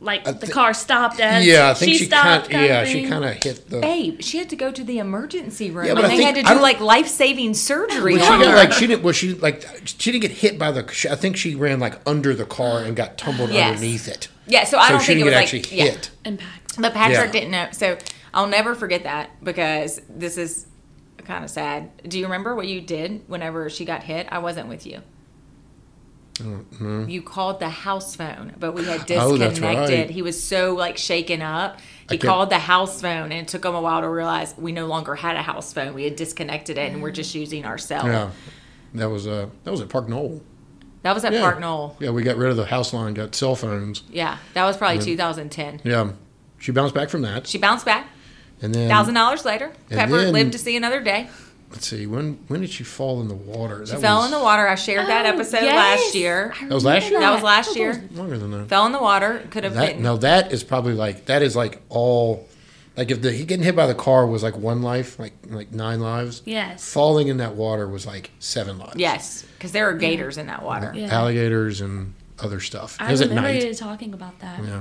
[SPEAKER 3] Like the
[SPEAKER 4] thi-
[SPEAKER 3] car stopped as
[SPEAKER 4] Yeah, I think she, kind.
[SPEAKER 3] stopped.
[SPEAKER 4] Yeah,
[SPEAKER 3] of
[SPEAKER 4] she kind of hit the.
[SPEAKER 1] Babe, she had to go to the emergency room,
[SPEAKER 4] Yeah, but
[SPEAKER 1] and
[SPEAKER 4] I
[SPEAKER 1] they
[SPEAKER 4] think-
[SPEAKER 1] had to
[SPEAKER 4] I
[SPEAKER 1] do
[SPEAKER 4] don't-
[SPEAKER 1] like life saving surgery.
[SPEAKER 4] Well,
[SPEAKER 1] on
[SPEAKER 4] she got,
[SPEAKER 1] her.
[SPEAKER 4] like she didn't. Well, she like she didn't get hit by the. She, I think she ran like under the car and got tumbled
[SPEAKER 1] Yes.
[SPEAKER 4] underneath it.
[SPEAKER 1] yeah, so I
[SPEAKER 4] so
[SPEAKER 1] don't
[SPEAKER 4] she
[SPEAKER 1] think it
[SPEAKER 4] didn't
[SPEAKER 1] was
[SPEAKER 4] get
[SPEAKER 1] like
[SPEAKER 4] actually
[SPEAKER 1] yeah.
[SPEAKER 4] hit.
[SPEAKER 3] impact.
[SPEAKER 1] But Patrick
[SPEAKER 4] Yeah.
[SPEAKER 1] didn't know. So I'll never forget that because this is kind of sad. Do you remember what you did whenever she got hit? I wasn't with you. You called the house phone, but we had
[SPEAKER 4] Mm-hmm. Oh,
[SPEAKER 1] disconnected.
[SPEAKER 4] that's right.
[SPEAKER 1] He was so like shaken up. He
[SPEAKER 4] kept-
[SPEAKER 1] called the house phone, and it took him a while to realize we no longer had a house phone. We had disconnected it, and we're just using our cell.
[SPEAKER 4] Yeah, that was uh that was at Park Knoll.
[SPEAKER 1] That was at
[SPEAKER 4] Yeah.
[SPEAKER 1] Park Knoll.
[SPEAKER 4] Yeah, we got rid of the house line, got cell phones.
[SPEAKER 1] Yeah, that was probably
[SPEAKER 4] Mm-hmm.
[SPEAKER 1] 2010.
[SPEAKER 4] Yeah, she bounced back from that,
[SPEAKER 1] She bounced back.
[SPEAKER 4] and then
[SPEAKER 1] Thousand dollars later,
[SPEAKER 4] And
[SPEAKER 1] Pepper
[SPEAKER 4] then-
[SPEAKER 1] lived to see another day.
[SPEAKER 4] let's see when when did she fall in the water? That
[SPEAKER 1] She fell in the water. I shared that
[SPEAKER 3] Oh,
[SPEAKER 1] episode
[SPEAKER 3] yes.
[SPEAKER 1] last year.
[SPEAKER 3] I
[SPEAKER 4] That was last
[SPEAKER 3] remember
[SPEAKER 4] year?
[SPEAKER 1] That was
[SPEAKER 3] Oh,
[SPEAKER 1] last
[SPEAKER 3] that was-
[SPEAKER 1] year.
[SPEAKER 4] longer than that.
[SPEAKER 1] Fell in the water. Could have
[SPEAKER 4] That
[SPEAKER 1] been.
[SPEAKER 4] now that is probably like that is like all like if the he getting hit by the car was like one life, like like nine lives.
[SPEAKER 3] Yes.
[SPEAKER 4] Falling in that water was like seven lives.
[SPEAKER 1] Yes, because there are gators in that water.
[SPEAKER 3] Yeah.
[SPEAKER 4] Alligators and other stuff.
[SPEAKER 3] I
[SPEAKER 4] it was at
[SPEAKER 3] remember
[SPEAKER 4] night.
[SPEAKER 3] you talking about that.
[SPEAKER 4] Yeah.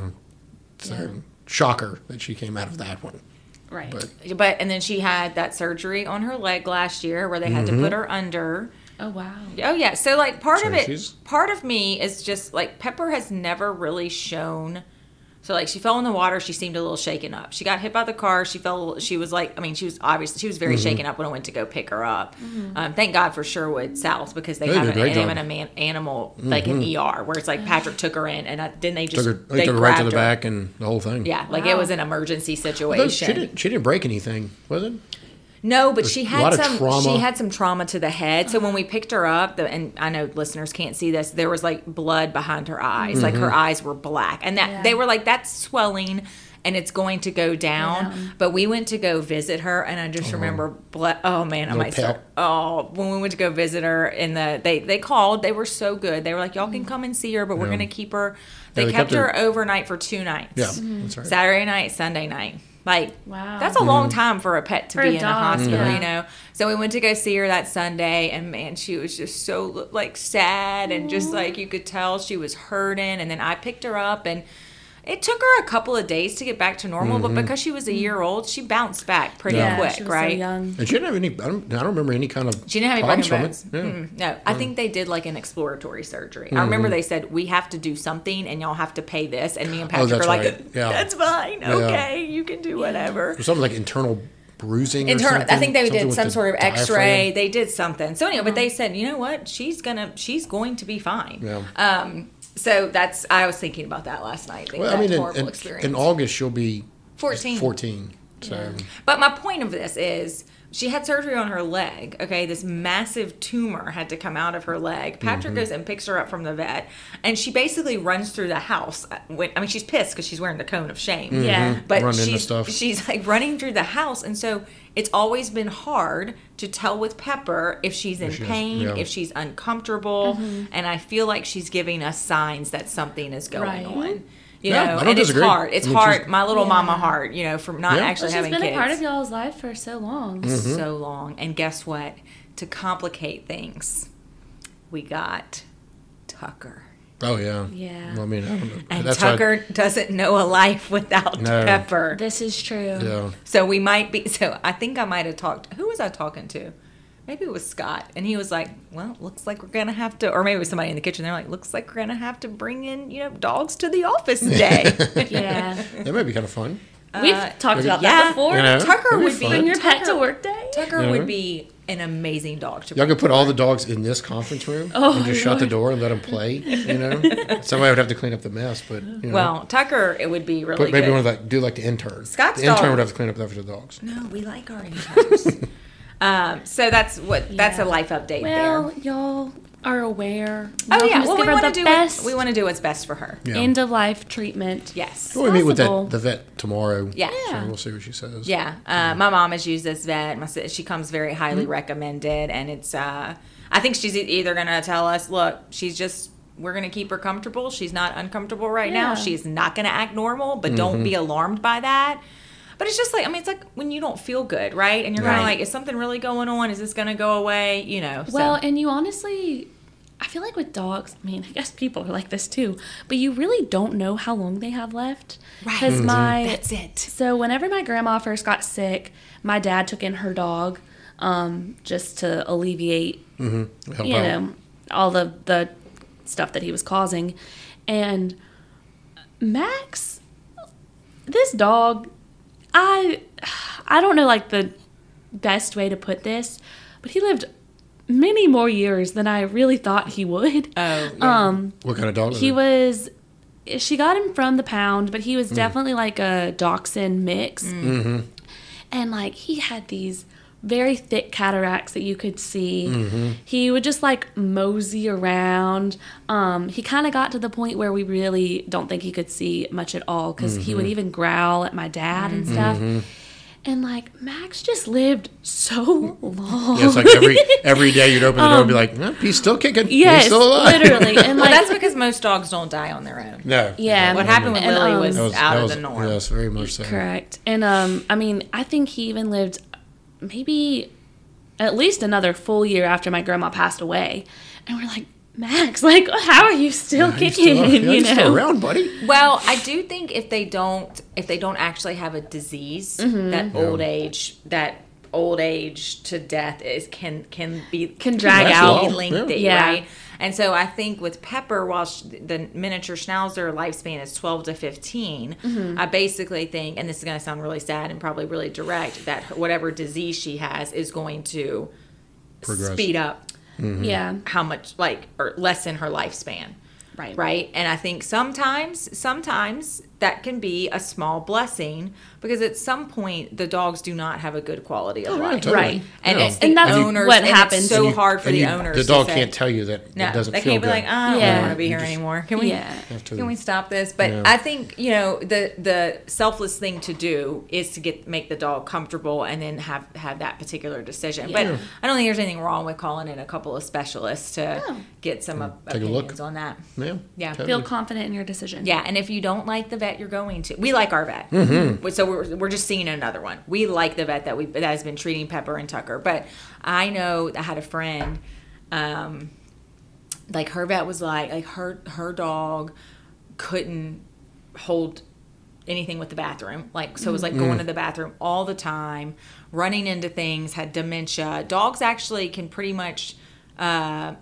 [SPEAKER 4] So shocker that she came out of that one.
[SPEAKER 3] Right.
[SPEAKER 4] But-
[SPEAKER 1] But and then she had that surgery on her leg last year where they had
[SPEAKER 4] Mm-hmm.
[SPEAKER 1] to put her under.
[SPEAKER 3] oh wow.
[SPEAKER 1] Oh yeah. So like part of
[SPEAKER 4] So
[SPEAKER 1] it,
[SPEAKER 4] she's-
[SPEAKER 1] part of me is just like Pepper has never really shown. So like she fell in the water, she seemed a little shaken up. She got hit by the car. She fell. She was like, I mean, she was obviously she was
[SPEAKER 4] Mm-hmm.
[SPEAKER 1] very shaken up when I went to go pick her up. Um, thank God for Sherwood South because they,
[SPEAKER 4] They
[SPEAKER 1] have
[SPEAKER 4] did
[SPEAKER 1] an
[SPEAKER 4] a great job. Mm-hmm.
[SPEAKER 1] animal, man, animal like an ER where it's like Patrick took her in and I, then they just
[SPEAKER 4] Took her,
[SPEAKER 1] they
[SPEAKER 4] took her right to
[SPEAKER 1] grabbed her.
[SPEAKER 4] the back and the whole thing.
[SPEAKER 1] Yeah, like it
[SPEAKER 3] Wow.
[SPEAKER 1] was an emergency
[SPEAKER 4] Although She
[SPEAKER 1] situation.
[SPEAKER 4] didn't, she didn't break anything, was it?
[SPEAKER 1] No, but she
[SPEAKER 4] a
[SPEAKER 1] had
[SPEAKER 4] lot of
[SPEAKER 1] some
[SPEAKER 4] trauma.
[SPEAKER 1] she had some trauma to the head. So when we picked her up, the, and I know listeners can't see this, there was like blood behind her eyes.
[SPEAKER 4] Mm-hmm.
[SPEAKER 1] Like her eyes were black. And that
[SPEAKER 3] Yeah.
[SPEAKER 1] they were like that's swelling and it's going to go down. But we went to go visit her and I just remember blood oh man, I
[SPEAKER 4] Little
[SPEAKER 1] might start oh when we went to go visit her and the they they called, they were so good. They were like y'all can come and see her, but we're
[SPEAKER 4] Yeah.
[SPEAKER 1] going to keep her they,
[SPEAKER 4] they
[SPEAKER 1] kept,
[SPEAKER 4] kept
[SPEAKER 1] her,
[SPEAKER 4] her-
[SPEAKER 1] overnight for two nights.
[SPEAKER 4] Yeah. That's right.
[SPEAKER 1] Saturday night, Sunday night. Like
[SPEAKER 3] Wow.
[SPEAKER 1] that's a long time for a pet to
[SPEAKER 3] For
[SPEAKER 1] be
[SPEAKER 3] a
[SPEAKER 1] in a
[SPEAKER 3] dog,
[SPEAKER 1] hospital,
[SPEAKER 3] yeah.
[SPEAKER 1] you know. So we went to go see her that Sunday, and man, she was just so like sad and just like you could tell she was hurting. And then I picked her up, and it took her a couple of days to get back to normal, but because she was a year old, she bounced back pretty
[SPEAKER 3] Yeah,
[SPEAKER 1] quick,
[SPEAKER 3] she was so
[SPEAKER 1] right?
[SPEAKER 3] young.
[SPEAKER 4] And she didn't have any, I don't, I don't remember any kind of
[SPEAKER 1] She didn't have any
[SPEAKER 4] problems
[SPEAKER 1] broken bones.
[SPEAKER 4] from it. Yeah.
[SPEAKER 1] Mm-mm. Hmm, No, I think they did like an exploratory surgery. I
[SPEAKER 4] Mm-hmm.
[SPEAKER 1] remember they said we have to do something, and y'all have to pay this. And me and Patrick
[SPEAKER 4] Oh, that's
[SPEAKER 1] are like,
[SPEAKER 4] right. Yeah.
[SPEAKER 1] "That's fine. Okay, you can do whatever."
[SPEAKER 4] Or Something like internal bruising. or
[SPEAKER 1] Internal.
[SPEAKER 4] something,
[SPEAKER 1] I think they
[SPEAKER 4] Something
[SPEAKER 1] did
[SPEAKER 4] with
[SPEAKER 1] some
[SPEAKER 4] the
[SPEAKER 1] sort of X-ray.
[SPEAKER 4] diaphragm. Mm-hmm.
[SPEAKER 1] They did something. So anyway, but they said, you know what? She's gonna. She's going to be fine.
[SPEAKER 4] Yeah.
[SPEAKER 1] Um. So that's. I was thinking about that last night. Well,
[SPEAKER 4] Well, I mean, in-
[SPEAKER 1] horrible
[SPEAKER 4] in,
[SPEAKER 1] experience.
[SPEAKER 4] in August she'll be
[SPEAKER 1] 14.
[SPEAKER 4] 14. So
[SPEAKER 1] But my point of this is she had surgery on her leg. Okay, this massive tumor had to come out of her leg. Patrick
[SPEAKER 4] Mm-hmm.
[SPEAKER 1] goes and picks her up from the vet, and she basically runs through the house. uh, When, I mean, she's pissed because she's wearing the cone of shame.
[SPEAKER 3] Yeah.
[SPEAKER 1] But
[SPEAKER 4] Mm-hmm. Run into
[SPEAKER 1] she's,
[SPEAKER 4] stuff.
[SPEAKER 1] she's like running through the house, and so it's always been hard to tell with Pepper if she's in
[SPEAKER 4] she is,
[SPEAKER 1] pain,
[SPEAKER 4] yeah.
[SPEAKER 1] if she's uncomfortable,
[SPEAKER 3] Mm-hmm.
[SPEAKER 1] and I feel like she's giving us signs that something is going
[SPEAKER 3] Right.
[SPEAKER 1] on. You
[SPEAKER 4] Yeah,
[SPEAKER 1] know,
[SPEAKER 4] I don't
[SPEAKER 1] and
[SPEAKER 4] disagree.
[SPEAKER 1] it's hard. It's
[SPEAKER 4] I mean, she's-
[SPEAKER 1] hard. My little mama heart, you know, from not
[SPEAKER 4] Yeah. Mm-hmm.
[SPEAKER 1] actually
[SPEAKER 3] Well, she's
[SPEAKER 1] having
[SPEAKER 3] been
[SPEAKER 1] kids
[SPEAKER 3] a part of y'all's life for so long.
[SPEAKER 4] Mm.
[SPEAKER 1] so long. And guess what? To complicate things, we got Tucker.
[SPEAKER 4] oh yeah.
[SPEAKER 3] Yeah.
[SPEAKER 4] Well, I mean, I don't know.
[SPEAKER 1] And
[SPEAKER 4] That's why-
[SPEAKER 1] Tucker doesn't know a life without
[SPEAKER 4] No.
[SPEAKER 1] Pepper.
[SPEAKER 3] This is true.
[SPEAKER 4] yeah.
[SPEAKER 1] So we might be. So I think I might have talked. Who was I talking to? Maybe it was Scott. And he was like, well, looks like we're going to have to, or maybe it was somebody in the kitchen. They're like, looks like we're going to have to bring in, you know, dogs to the office today.
[SPEAKER 3] Yeah.
[SPEAKER 4] That might be kind of fun.
[SPEAKER 3] We've talked about
[SPEAKER 1] Uh, yeah.
[SPEAKER 3] that before.
[SPEAKER 4] You know,
[SPEAKER 1] Tucker
[SPEAKER 4] that'd be
[SPEAKER 1] would be,
[SPEAKER 4] fun.
[SPEAKER 3] Bring your pet
[SPEAKER 1] Tucker-
[SPEAKER 3] to work day.
[SPEAKER 1] Tucker
[SPEAKER 4] Yeah.
[SPEAKER 1] would be an amazing dog to
[SPEAKER 4] Y'all could put all the dogs in this conference room
[SPEAKER 3] Oh,
[SPEAKER 4] and just shut the
[SPEAKER 3] Lord.
[SPEAKER 4] door and let them play. You know, somebody would have to clean up the mess, but you know,
[SPEAKER 1] Well, Tucker, it would be really
[SPEAKER 4] put maybe
[SPEAKER 1] good.
[SPEAKER 4] one of the do like the intern.
[SPEAKER 1] Scott's
[SPEAKER 4] the intern
[SPEAKER 1] dog-
[SPEAKER 4] would have to clean up after the dogs.
[SPEAKER 1] No, we like our interns. Um, so that's what that's a life update
[SPEAKER 3] Well,
[SPEAKER 1] there.
[SPEAKER 3] y'all are aware.
[SPEAKER 1] Oh
[SPEAKER 3] Y'all
[SPEAKER 1] yeah,
[SPEAKER 3] can just
[SPEAKER 1] well,
[SPEAKER 3] give
[SPEAKER 1] we
[SPEAKER 3] her
[SPEAKER 1] want to
[SPEAKER 3] the
[SPEAKER 1] do
[SPEAKER 3] best
[SPEAKER 1] what, we want to do what's best for her.
[SPEAKER 4] Yeah.
[SPEAKER 3] end of life treatment.
[SPEAKER 1] Yes.
[SPEAKER 4] Well, we meet with
[SPEAKER 3] possible.
[SPEAKER 4] that, the vet tomorrow.
[SPEAKER 1] Yeah.
[SPEAKER 4] So we'll see what she says.
[SPEAKER 1] Yeah, uh, my mom has used this vet. My si- she comes very highly
[SPEAKER 3] Mm-hmm.
[SPEAKER 1] recommended, and it's. Uh, I think she's e- either going to tell us, look, she's just we're going to keep her comfortable. She's not uncomfortable right now.
[SPEAKER 3] Yeah. Mm-hmm.
[SPEAKER 1] She's not going to act normal, but don't be alarmed by that. But it's just like I mean, it's like when you don't feel good, right? And you're kind
[SPEAKER 3] Right.
[SPEAKER 1] of like, is something really going on? Is this going to go away? You know. so-
[SPEAKER 3] Well, and you honestly, I feel like with dogs, I mean, I guess people are like this too, but you really don't know how long they have left.
[SPEAKER 1] Right.
[SPEAKER 3] Because my
[SPEAKER 1] That's it.
[SPEAKER 3] So whenever my grandma first got sick, my dad took in her dog, um, just to alleviate
[SPEAKER 4] Help
[SPEAKER 3] you
[SPEAKER 4] out.
[SPEAKER 3] know all the the stuff that he was causing and max this dog i i don't know like the best way to put this but he lived many more years than i really thought he would
[SPEAKER 1] Oh,
[SPEAKER 3] um
[SPEAKER 4] What kind of dog? is
[SPEAKER 3] he
[SPEAKER 4] it?
[SPEAKER 3] was she got him from the pound but he was
[SPEAKER 4] Mm.
[SPEAKER 3] definitely like a dachshund mix
[SPEAKER 4] Mm-hmm.
[SPEAKER 3] and like he had these very thick cataracts that you could see
[SPEAKER 4] Mm-hmm.
[SPEAKER 3] he would just like mosey around um, he kind of got to the point where we really don't think he could see much at all because he
[SPEAKER 4] Mm-hmm.
[SPEAKER 3] would even growl at my dad and stuff and like max just lived so long
[SPEAKER 4] Yeah, it's like every every day you'd open the door and be
[SPEAKER 1] Um,
[SPEAKER 4] like, "Eh, he's still kicking.
[SPEAKER 3] yes
[SPEAKER 4] he's still alive.
[SPEAKER 3] literally and like
[SPEAKER 1] Well, that's because most dogs don't die on their own.
[SPEAKER 4] no.
[SPEAKER 3] Yeah.
[SPEAKER 1] What happened with
[SPEAKER 3] And,
[SPEAKER 1] Lily
[SPEAKER 3] um,
[SPEAKER 1] was,
[SPEAKER 4] That was-
[SPEAKER 1] out
[SPEAKER 4] that
[SPEAKER 1] of
[SPEAKER 4] was-
[SPEAKER 1] the norm.
[SPEAKER 4] Yeah, that's very much so.
[SPEAKER 3] Correct. And um, I mean, I think he even lived maybe at least another full year after my grandma passed away. And we're like, Max, like, how are you still
[SPEAKER 4] He's
[SPEAKER 3] kicking?
[SPEAKER 4] still, yeah,
[SPEAKER 3] you
[SPEAKER 4] he's
[SPEAKER 3] know,
[SPEAKER 4] still around, buddy.
[SPEAKER 1] Well, I do think if they don't if they don't actually have a disease,
[SPEAKER 3] Mm-hmm.
[SPEAKER 1] that old age that old age to death is can can be
[SPEAKER 3] Can drag
[SPEAKER 1] be
[SPEAKER 3] out.
[SPEAKER 1] lengthy,
[SPEAKER 3] Yeah. Yeah.
[SPEAKER 1] right? And so I think with Pepper, while sh the miniature schnauzer lifespan is 12 to 15,
[SPEAKER 3] Mm-hmm.
[SPEAKER 1] I basically think, and this is going to sound really sad and probably really direct, that her- whatever disease she has is going to
[SPEAKER 4] Progress.
[SPEAKER 1] speed up
[SPEAKER 3] yeah,
[SPEAKER 1] how much, like, or lessen her lifespan
[SPEAKER 3] right,
[SPEAKER 1] right? And I think sometimes, sometimes that can be a small blessing because at some point the dogs do not have a good quality of life,
[SPEAKER 4] Oh, totally.
[SPEAKER 3] Right.
[SPEAKER 1] And
[SPEAKER 4] Yeah.
[SPEAKER 1] it's the
[SPEAKER 3] And that's
[SPEAKER 1] owners.
[SPEAKER 3] what
[SPEAKER 1] and
[SPEAKER 3] happens.
[SPEAKER 1] It's so
[SPEAKER 3] And
[SPEAKER 4] You-
[SPEAKER 1] hard for
[SPEAKER 4] and
[SPEAKER 1] the
[SPEAKER 4] you-
[SPEAKER 1] owners.
[SPEAKER 4] The dog
[SPEAKER 1] to say,
[SPEAKER 4] can't tell you that it
[SPEAKER 1] No,
[SPEAKER 4] doesn't
[SPEAKER 1] they
[SPEAKER 4] feel
[SPEAKER 1] can't be
[SPEAKER 4] good.
[SPEAKER 1] like, I don't
[SPEAKER 3] Yeah.
[SPEAKER 1] want to be
[SPEAKER 4] You
[SPEAKER 1] here
[SPEAKER 4] just
[SPEAKER 1] anymore. Can we?
[SPEAKER 3] Yeah.
[SPEAKER 4] Have to-
[SPEAKER 1] Can we stop this? But
[SPEAKER 4] Yeah.
[SPEAKER 1] I think you know the the selfless thing to do is to get make the dog comfortable and then have have that particular decision. But
[SPEAKER 3] Yeah.
[SPEAKER 1] I don't think there's anything wrong with calling in a couple of specialists to
[SPEAKER 3] No.
[SPEAKER 1] get some op-
[SPEAKER 4] Take a
[SPEAKER 1] opinions
[SPEAKER 4] look.
[SPEAKER 1] on that.
[SPEAKER 4] yeah,
[SPEAKER 1] Yeah.
[SPEAKER 4] totally.
[SPEAKER 3] Feel confident in your decision.
[SPEAKER 1] Yeah, and if you don't like the vet you're going to, we like our vet. But- So we're, we're just seeing another one. We like the vet that we that has been treating Pepper and Tucker. But I know I had a friend, um, like her vet was like like her her dog couldn't hold anything with the bathroom. Like so it was like going to the bathroom all the time, running into things, had dementia. Dogs actually can pretty much uh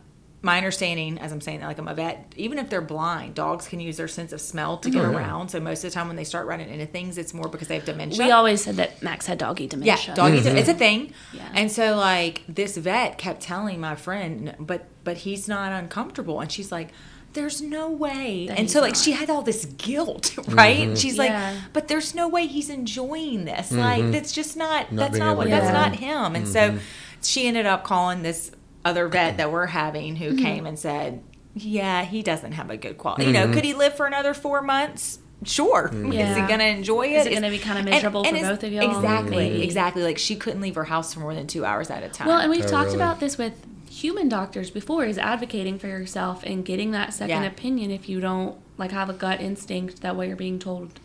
[SPEAKER 1] my understanding, as I'm saying that, like I'm a vet, even if they're blind, dogs can use their sense of smell to get
[SPEAKER 4] yeah.
[SPEAKER 1] around. So most of the time, when they start running into things, it's more because they have dementia.
[SPEAKER 3] We always said that Max had doggy
[SPEAKER 1] Yeah,
[SPEAKER 4] Mm.
[SPEAKER 3] dementia.
[SPEAKER 1] doggy.
[SPEAKER 4] Mm-hmm.
[SPEAKER 1] It's a thing.
[SPEAKER 3] Yeah.
[SPEAKER 1] And so like this vet kept telling my friend, but but he's not uncomfortable, and she's like. There's no way.
[SPEAKER 3] That
[SPEAKER 1] and so,
[SPEAKER 3] he's
[SPEAKER 1] like,
[SPEAKER 3] not.
[SPEAKER 1] she had all this guilt,
[SPEAKER 4] Mm-hmm.
[SPEAKER 1] right? And She's
[SPEAKER 3] Yeah.
[SPEAKER 1] like, but there's no way he's enjoying this. Like, that's just not, that's
[SPEAKER 4] Mm-hmm. being
[SPEAKER 1] not
[SPEAKER 4] able
[SPEAKER 1] what,
[SPEAKER 4] to Mm-hmm.
[SPEAKER 1] that's
[SPEAKER 3] go
[SPEAKER 1] not
[SPEAKER 3] out.
[SPEAKER 1] him. And so she ended up calling this other vet that we're having who
[SPEAKER 3] Mm-hmm.
[SPEAKER 1] came and said, yeah, he doesn't have a good quality. You know,
[SPEAKER 4] Mm-hmm.
[SPEAKER 1] could he live for another four months? Sure. Is he
[SPEAKER 3] Yeah.
[SPEAKER 1] going to enjoy it?
[SPEAKER 3] Is it gonna be kinda miserable for
[SPEAKER 1] it's-
[SPEAKER 3] both of y'all?
[SPEAKER 1] Exactly,
[SPEAKER 3] Maybe.
[SPEAKER 1] exactly. Like she couldn't leave her house for more than two hours at a time.
[SPEAKER 3] Well, and we've
[SPEAKER 4] Oh,
[SPEAKER 3] talked
[SPEAKER 4] really?
[SPEAKER 3] about this with human doctors before is advocating for yourself and getting that second
[SPEAKER 1] Yeah.
[SPEAKER 3] opinion if you don't like have a gut instinct that what you're being told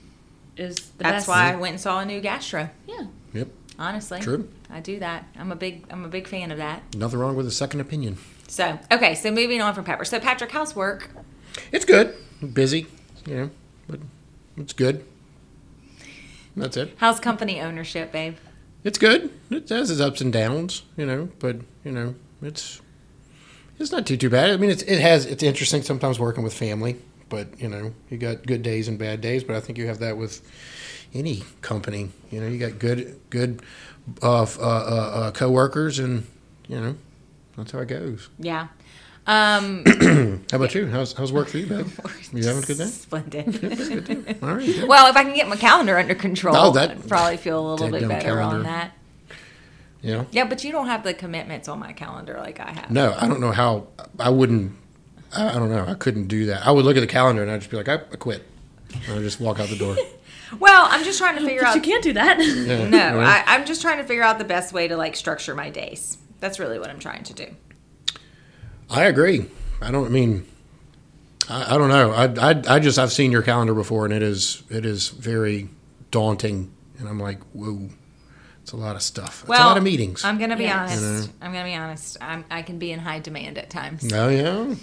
[SPEAKER 3] is the
[SPEAKER 1] that's
[SPEAKER 3] best.
[SPEAKER 1] why I went and saw a new gastro.
[SPEAKER 3] Yeah.
[SPEAKER 4] Yep,
[SPEAKER 1] Honestly,
[SPEAKER 4] True.
[SPEAKER 1] I do that. I'm a big, I'm a big fan of that.
[SPEAKER 4] nothing wrong with a second opinion.
[SPEAKER 1] So, okay, so moving on from Pepper. So, Patrick, how's work?
[SPEAKER 4] It's good, busy, you know, but it's good. That's it.
[SPEAKER 1] How's company ownership, babe?
[SPEAKER 4] It's good. It has its ups and downs, you know, but you know, it's it's not too too bad. I mean, it's it has it's interesting sometimes working with family, but you know, you got good days and bad days. But I think you have that with any company. You know, you got good good uh, f- uh, uh, uh, coworkers, and you know, that's how it goes.
[SPEAKER 1] Yeah. Um,
[SPEAKER 4] How about you? How's how's work for you, babe? You having a good day?
[SPEAKER 1] Splendid.
[SPEAKER 4] All right. good.
[SPEAKER 1] well, if I can get my calendar under control,
[SPEAKER 4] Oh, that-
[SPEAKER 1] I'd probably feel a little bit
[SPEAKER 4] Dadgum
[SPEAKER 1] better on
[SPEAKER 4] calendar.
[SPEAKER 1] that.
[SPEAKER 4] You know?
[SPEAKER 1] Yeah, but you don't have the commitments on my calendar like I have.
[SPEAKER 4] No, I don't know how. I wouldn't. I I don't know. I couldn't do that. I would look at the calendar and I'd just be like, I I quit. And I'd just walk out the door.
[SPEAKER 1] Well, I'm just trying to figure
[SPEAKER 3] But
[SPEAKER 1] out.
[SPEAKER 3] you can't do that.
[SPEAKER 4] Yeah,
[SPEAKER 1] No,
[SPEAKER 4] you know?
[SPEAKER 1] I, I'm just trying to figure out the best way to like structure my days. That's really what I'm trying to do.
[SPEAKER 4] I agree. I don't I mean. I, I don't know. I, I I just I've seen your calendar before, and it is it is very daunting. And I'm like, whoa, it's a lot of stuff. It's a lot of meetings.
[SPEAKER 1] I'm gonna be
[SPEAKER 3] Yes.
[SPEAKER 1] honest. I'm gonna be honest. I'm, I can be in high demand at times.
[SPEAKER 4] oh yeah,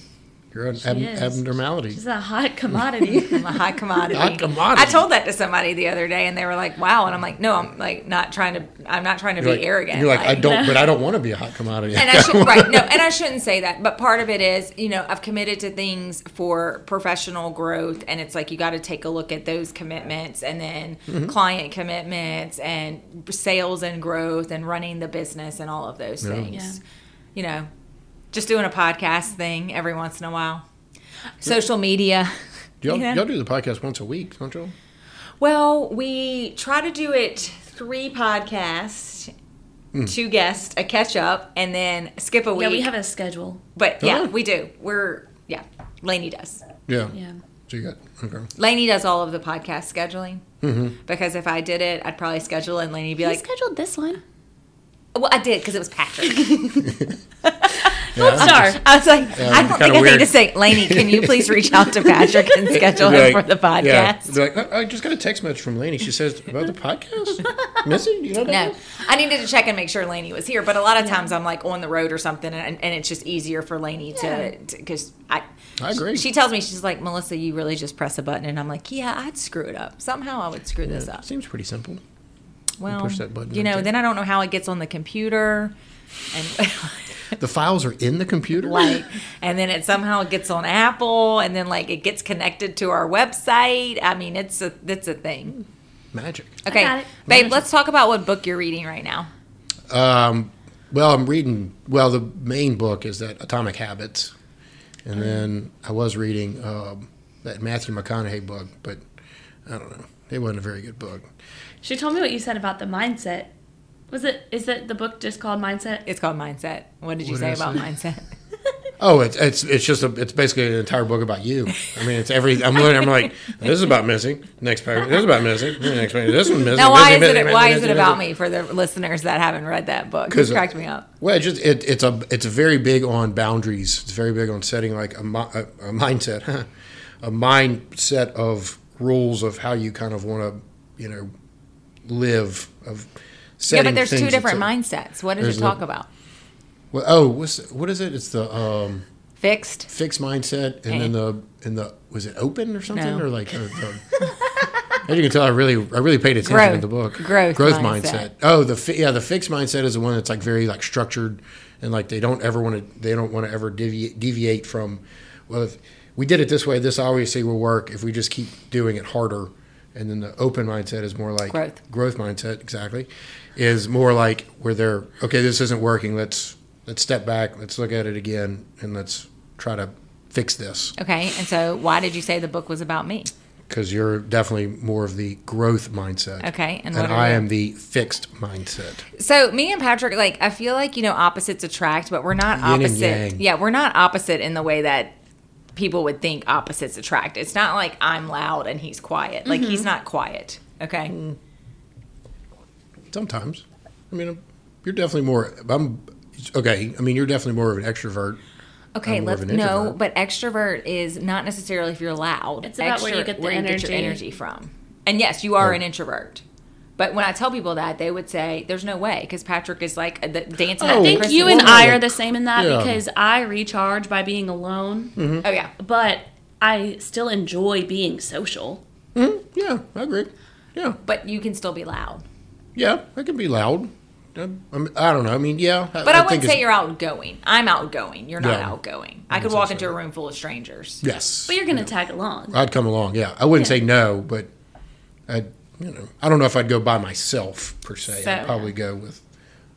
[SPEAKER 4] you're an ab-
[SPEAKER 3] is.
[SPEAKER 4] abnormality.
[SPEAKER 3] She's a hot commodity.
[SPEAKER 1] I'm a high commodity.
[SPEAKER 4] Hot commodity.
[SPEAKER 1] I told that to somebody the other day, and they were like, "Wow!" And I'm like, "No, I'm like not trying to. I'm not trying to
[SPEAKER 4] You're
[SPEAKER 1] be
[SPEAKER 4] like,
[SPEAKER 1] arrogant."
[SPEAKER 4] You're like, I don't,
[SPEAKER 3] no.
[SPEAKER 4] but I don't want to be a hot commodity.
[SPEAKER 1] and I should right no, and I shouldn't say that. But part of it is, you know, I've committed to things for professional growth, and it's like you got to take a look at those commitments, and then client commitments, and sales and growth, and running the business, and all of those things. You know, just doing a podcast thing every once in a while, social media.
[SPEAKER 4] y'all,
[SPEAKER 1] you know?
[SPEAKER 4] y'all do the podcast once a week, don't y'all?
[SPEAKER 1] Well, we try to do it three podcasts. Two guests, a catch up, and then skip a week.
[SPEAKER 3] yeah, we have a schedule.
[SPEAKER 1] But yeah,
[SPEAKER 4] Oh.
[SPEAKER 1] we do. We're yeah. Lainey does.
[SPEAKER 4] Yeah.
[SPEAKER 3] Yeah.
[SPEAKER 4] So you got okay.
[SPEAKER 1] Lainey does all of the podcast scheduling
[SPEAKER 4] Mm-hmm.
[SPEAKER 1] because if I did it, I'd probably schedule and Lainey'd be
[SPEAKER 3] We
[SPEAKER 1] like,
[SPEAKER 3] scheduled this one.
[SPEAKER 1] "Well, I did because it was Patrick."
[SPEAKER 4] Yeah.
[SPEAKER 3] Star.
[SPEAKER 1] I was like,
[SPEAKER 4] Yeah,
[SPEAKER 1] "I don't
[SPEAKER 4] kinda
[SPEAKER 1] think I need
[SPEAKER 4] weird.
[SPEAKER 1] to say, Lainey, can you please reach out to Patrick and schedule
[SPEAKER 4] They're
[SPEAKER 1] him for
[SPEAKER 4] like-
[SPEAKER 1] the podcast?"
[SPEAKER 4] Yeah. They're like, "Oh, I, I just got a text message from Lainey. She says about the podcast. Missy, you know that?
[SPEAKER 1] No, I needed to check and make sure Lainey was here. But a lot of times I'm like on the road or something, and, and it's just easier for Lainey to because I.
[SPEAKER 4] I agree.
[SPEAKER 1] She tells me she's like Melissa, you really just press a button, and I'm like, yeah, I'd screw it up. Somehow I would screw this up.
[SPEAKER 4] Seems pretty simple.
[SPEAKER 1] Well,
[SPEAKER 4] push that button
[SPEAKER 1] you
[SPEAKER 4] and
[SPEAKER 1] know,
[SPEAKER 4] take-
[SPEAKER 1] then I don't know how it gets on the computer, and
[SPEAKER 4] The files are in the computer.
[SPEAKER 1] like, and then it somehow gets on Apple, and then like it gets connected to our website. I mean, it's a it's a thing.
[SPEAKER 4] Magic.
[SPEAKER 1] Okay,
[SPEAKER 3] got it.
[SPEAKER 1] babe, let's talk about what book you're reading right now.
[SPEAKER 4] Um, well, I'm reading. Well, the main book is that Atomic Habits, and
[SPEAKER 1] Oh.
[SPEAKER 4] then I was reading um, that Matthew McConaughey book, but I don't know. It wasn't a very good book.
[SPEAKER 3] She told me what you said about the mindset. Was it? Is it the book just called Mindset?
[SPEAKER 1] It's called Mindset. What did you
[SPEAKER 4] What
[SPEAKER 1] say
[SPEAKER 4] did I
[SPEAKER 1] about mindset?
[SPEAKER 4] Oh, it's it's it's just a, it's basically an entire book about you. I mean, it's every. I'm literally, I'm like, this is about missing. Next paragraph. This is about missing. Next paragraph. This one missing.
[SPEAKER 1] Now, why is it why is it about me for the listeners that haven't read that book? It
[SPEAKER 4] uh,
[SPEAKER 1] cracked me up.
[SPEAKER 4] Well, it just it, it's a it's very big on boundaries. It's very big on setting like a, mi- a, a mindset, a mindset of rules of how you kind of want to you know live of
[SPEAKER 1] Yeah,
[SPEAKER 4] setting.
[SPEAKER 1] but there's two
[SPEAKER 4] things
[SPEAKER 1] different
[SPEAKER 4] that's-
[SPEAKER 1] mindsets. What does
[SPEAKER 4] There's
[SPEAKER 1] it
[SPEAKER 4] the-
[SPEAKER 1] talk about?
[SPEAKER 4] Well, oh, what's what is it? It's the um,
[SPEAKER 1] Fixed.
[SPEAKER 4] fixed mindset, and then the and the was it open or something
[SPEAKER 1] Eh. No.
[SPEAKER 4] or like. Or, or, As you can tell, I really, I really paid attention to
[SPEAKER 1] Growth.
[SPEAKER 4] the book.
[SPEAKER 1] Growth
[SPEAKER 4] growth mindset.
[SPEAKER 1] mindset.
[SPEAKER 4] Oh, the fi- yeah, the fixed mindset is the one that's like very like structured, and like they don't ever want to, they don't want to ever deviate, deviate from. Well, if we did it this way, this obviously will work. If we just keep doing it harder, and then the open mindset is more like
[SPEAKER 1] Growth.
[SPEAKER 4] growth mindset exactly, is more like where they're okay. This isn't working. Let's let's step back. Let's look at it again, and let's try to fix this
[SPEAKER 1] Okay, and so why did you say the book was about me?
[SPEAKER 4] because you're definitely more of the growth mindset.
[SPEAKER 1] Okay, and
[SPEAKER 4] and,
[SPEAKER 1] what are
[SPEAKER 4] I
[SPEAKER 1] you?
[SPEAKER 4] am the fixed mindset.
[SPEAKER 1] So me and Patrick, like, I feel like you know opposites attract, but we're not
[SPEAKER 4] and
[SPEAKER 1] opposite.
[SPEAKER 4] yang.
[SPEAKER 1] Yeah, we're not opposite in the way that people would think opposites attract. It's not like I'm loud and he's quiet. Like
[SPEAKER 3] Mm-hmm.
[SPEAKER 1] he's not quiet. Okay.
[SPEAKER 4] Mm, Sometimes, I mean, I'm- you're definitely more. I'm okay. I mean, you're definitely more of an extrovert.
[SPEAKER 1] Okay.
[SPEAKER 4] I'm more
[SPEAKER 1] Let's
[SPEAKER 4] of an
[SPEAKER 1] no,
[SPEAKER 4] introvert.
[SPEAKER 1] but extrovert is not necessarily if you're loud.
[SPEAKER 3] It's about where you get the
[SPEAKER 1] your
[SPEAKER 3] energy.
[SPEAKER 1] energy from. And yes, you are
[SPEAKER 4] Oh.
[SPEAKER 1] an introvert. But when I tell people that, they would say, "There's no way," because Patrick is like uh, the dancing.
[SPEAKER 4] I
[SPEAKER 1] at
[SPEAKER 3] I
[SPEAKER 1] the
[SPEAKER 3] think
[SPEAKER 1] Christmas
[SPEAKER 3] you and
[SPEAKER 4] Well,
[SPEAKER 1] tree.
[SPEAKER 3] I are
[SPEAKER 4] like-
[SPEAKER 3] the same in that
[SPEAKER 4] yeah.
[SPEAKER 3] because I recharge by being alone,
[SPEAKER 1] Oh yeah.
[SPEAKER 3] but I still enjoy being social.
[SPEAKER 1] Mm-hmm.
[SPEAKER 4] Yeah, I agree. Yeah,
[SPEAKER 1] But you can still be loud.
[SPEAKER 4] yeah, I can be loud. I'm, I'm, I don't know. I mean, yeah.
[SPEAKER 1] But I,
[SPEAKER 4] think
[SPEAKER 1] wouldn't say
[SPEAKER 4] it's-
[SPEAKER 1] you're outgoing. I'm outgoing. You're not
[SPEAKER 4] Yeah.
[SPEAKER 1] outgoing. I could
[SPEAKER 4] That's
[SPEAKER 1] walk
[SPEAKER 4] also-
[SPEAKER 1] into a room full of strangers.
[SPEAKER 4] Yes,
[SPEAKER 3] But you're gonna tag along.
[SPEAKER 4] I'd come along. Yeah, I wouldn't
[SPEAKER 3] Yeah.
[SPEAKER 4] say no, but I, you know, I don't know if I'd go by myself per se.
[SPEAKER 1] So-
[SPEAKER 4] I'd probably go with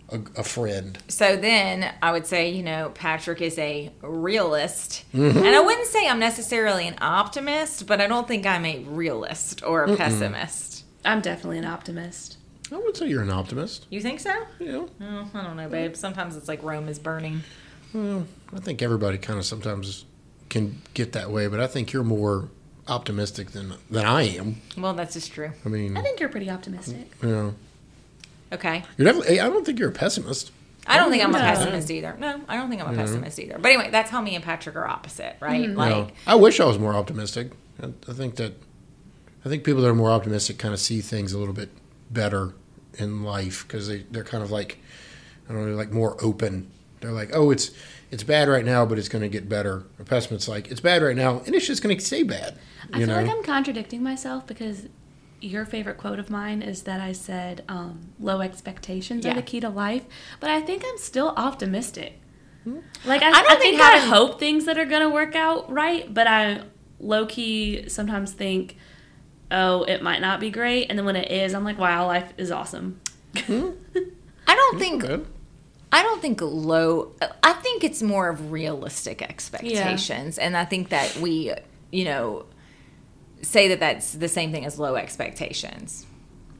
[SPEAKER 4] a, a friend.
[SPEAKER 1] So then I would say, you know, Patrick is a realist.
[SPEAKER 4] Mm-hmm.
[SPEAKER 1] And I wouldn't say I'm necessarily an optimist, but I don't think I'm a realist or a pessimist.
[SPEAKER 3] I'm definitely an optimist.
[SPEAKER 4] I would say you're an optimist.
[SPEAKER 1] You think so?
[SPEAKER 4] You know,
[SPEAKER 1] Oh, I don't know, babe. Sometimes it's like Rome is burning.
[SPEAKER 4] Well, I think everybody kind of sometimes can get that way, but I think you're more optimistic than than I am.
[SPEAKER 1] Well, that's just true.
[SPEAKER 4] I mean,
[SPEAKER 3] I think you're pretty optimistic.
[SPEAKER 4] you know,
[SPEAKER 1] Okay.
[SPEAKER 4] you're definitely. I don't think you're a pessimist.
[SPEAKER 1] I don't think I'm a
[SPEAKER 3] No.
[SPEAKER 1] pessimist either. No, I don't think I'm a pessimist either. But anyway, that's how me and Patrick are opposite, right?
[SPEAKER 4] you
[SPEAKER 1] Like,
[SPEAKER 4] know. I wish I was more optimistic. I, I think that I think people that are more optimistic kind of see things a little bit better in life because they they're kind of like I don't know, they're like more open. They're like, oh, it's it's bad right now, but it's going to get better. A pessimist's like, it's bad right now, and it's just going to stay bad.
[SPEAKER 3] I
[SPEAKER 4] You
[SPEAKER 3] feel
[SPEAKER 4] know,
[SPEAKER 3] like I'm contradicting myself because your favorite quote of mine is that I said um, low expectations
[SPEAKER 1] Yeah.
[SPEAKER 3] are the key to life, but I think I'm still optimistic. Like Hmm. I, I,
[SPEAKER 1] don't
[SPEAKER 3] think,
[SPEAKER 1] think
[SPEAKER 3] I
[SPEAKER 1] having-
[SPEAKER 3] hope things that are gonna work out right, but I low key sometimes think, oh, it might not be great, and then when it is, I'm like, wow, life is awesome.
[SPEAKER 4] Hmm?
[SPEAKER 1] I don't think
[SPEAKER 4] Good.
[SPEAKER 1] I don't think low. I think it's more of realistic expectations, and I think that we, you know, say that that's the same thing as low expectations.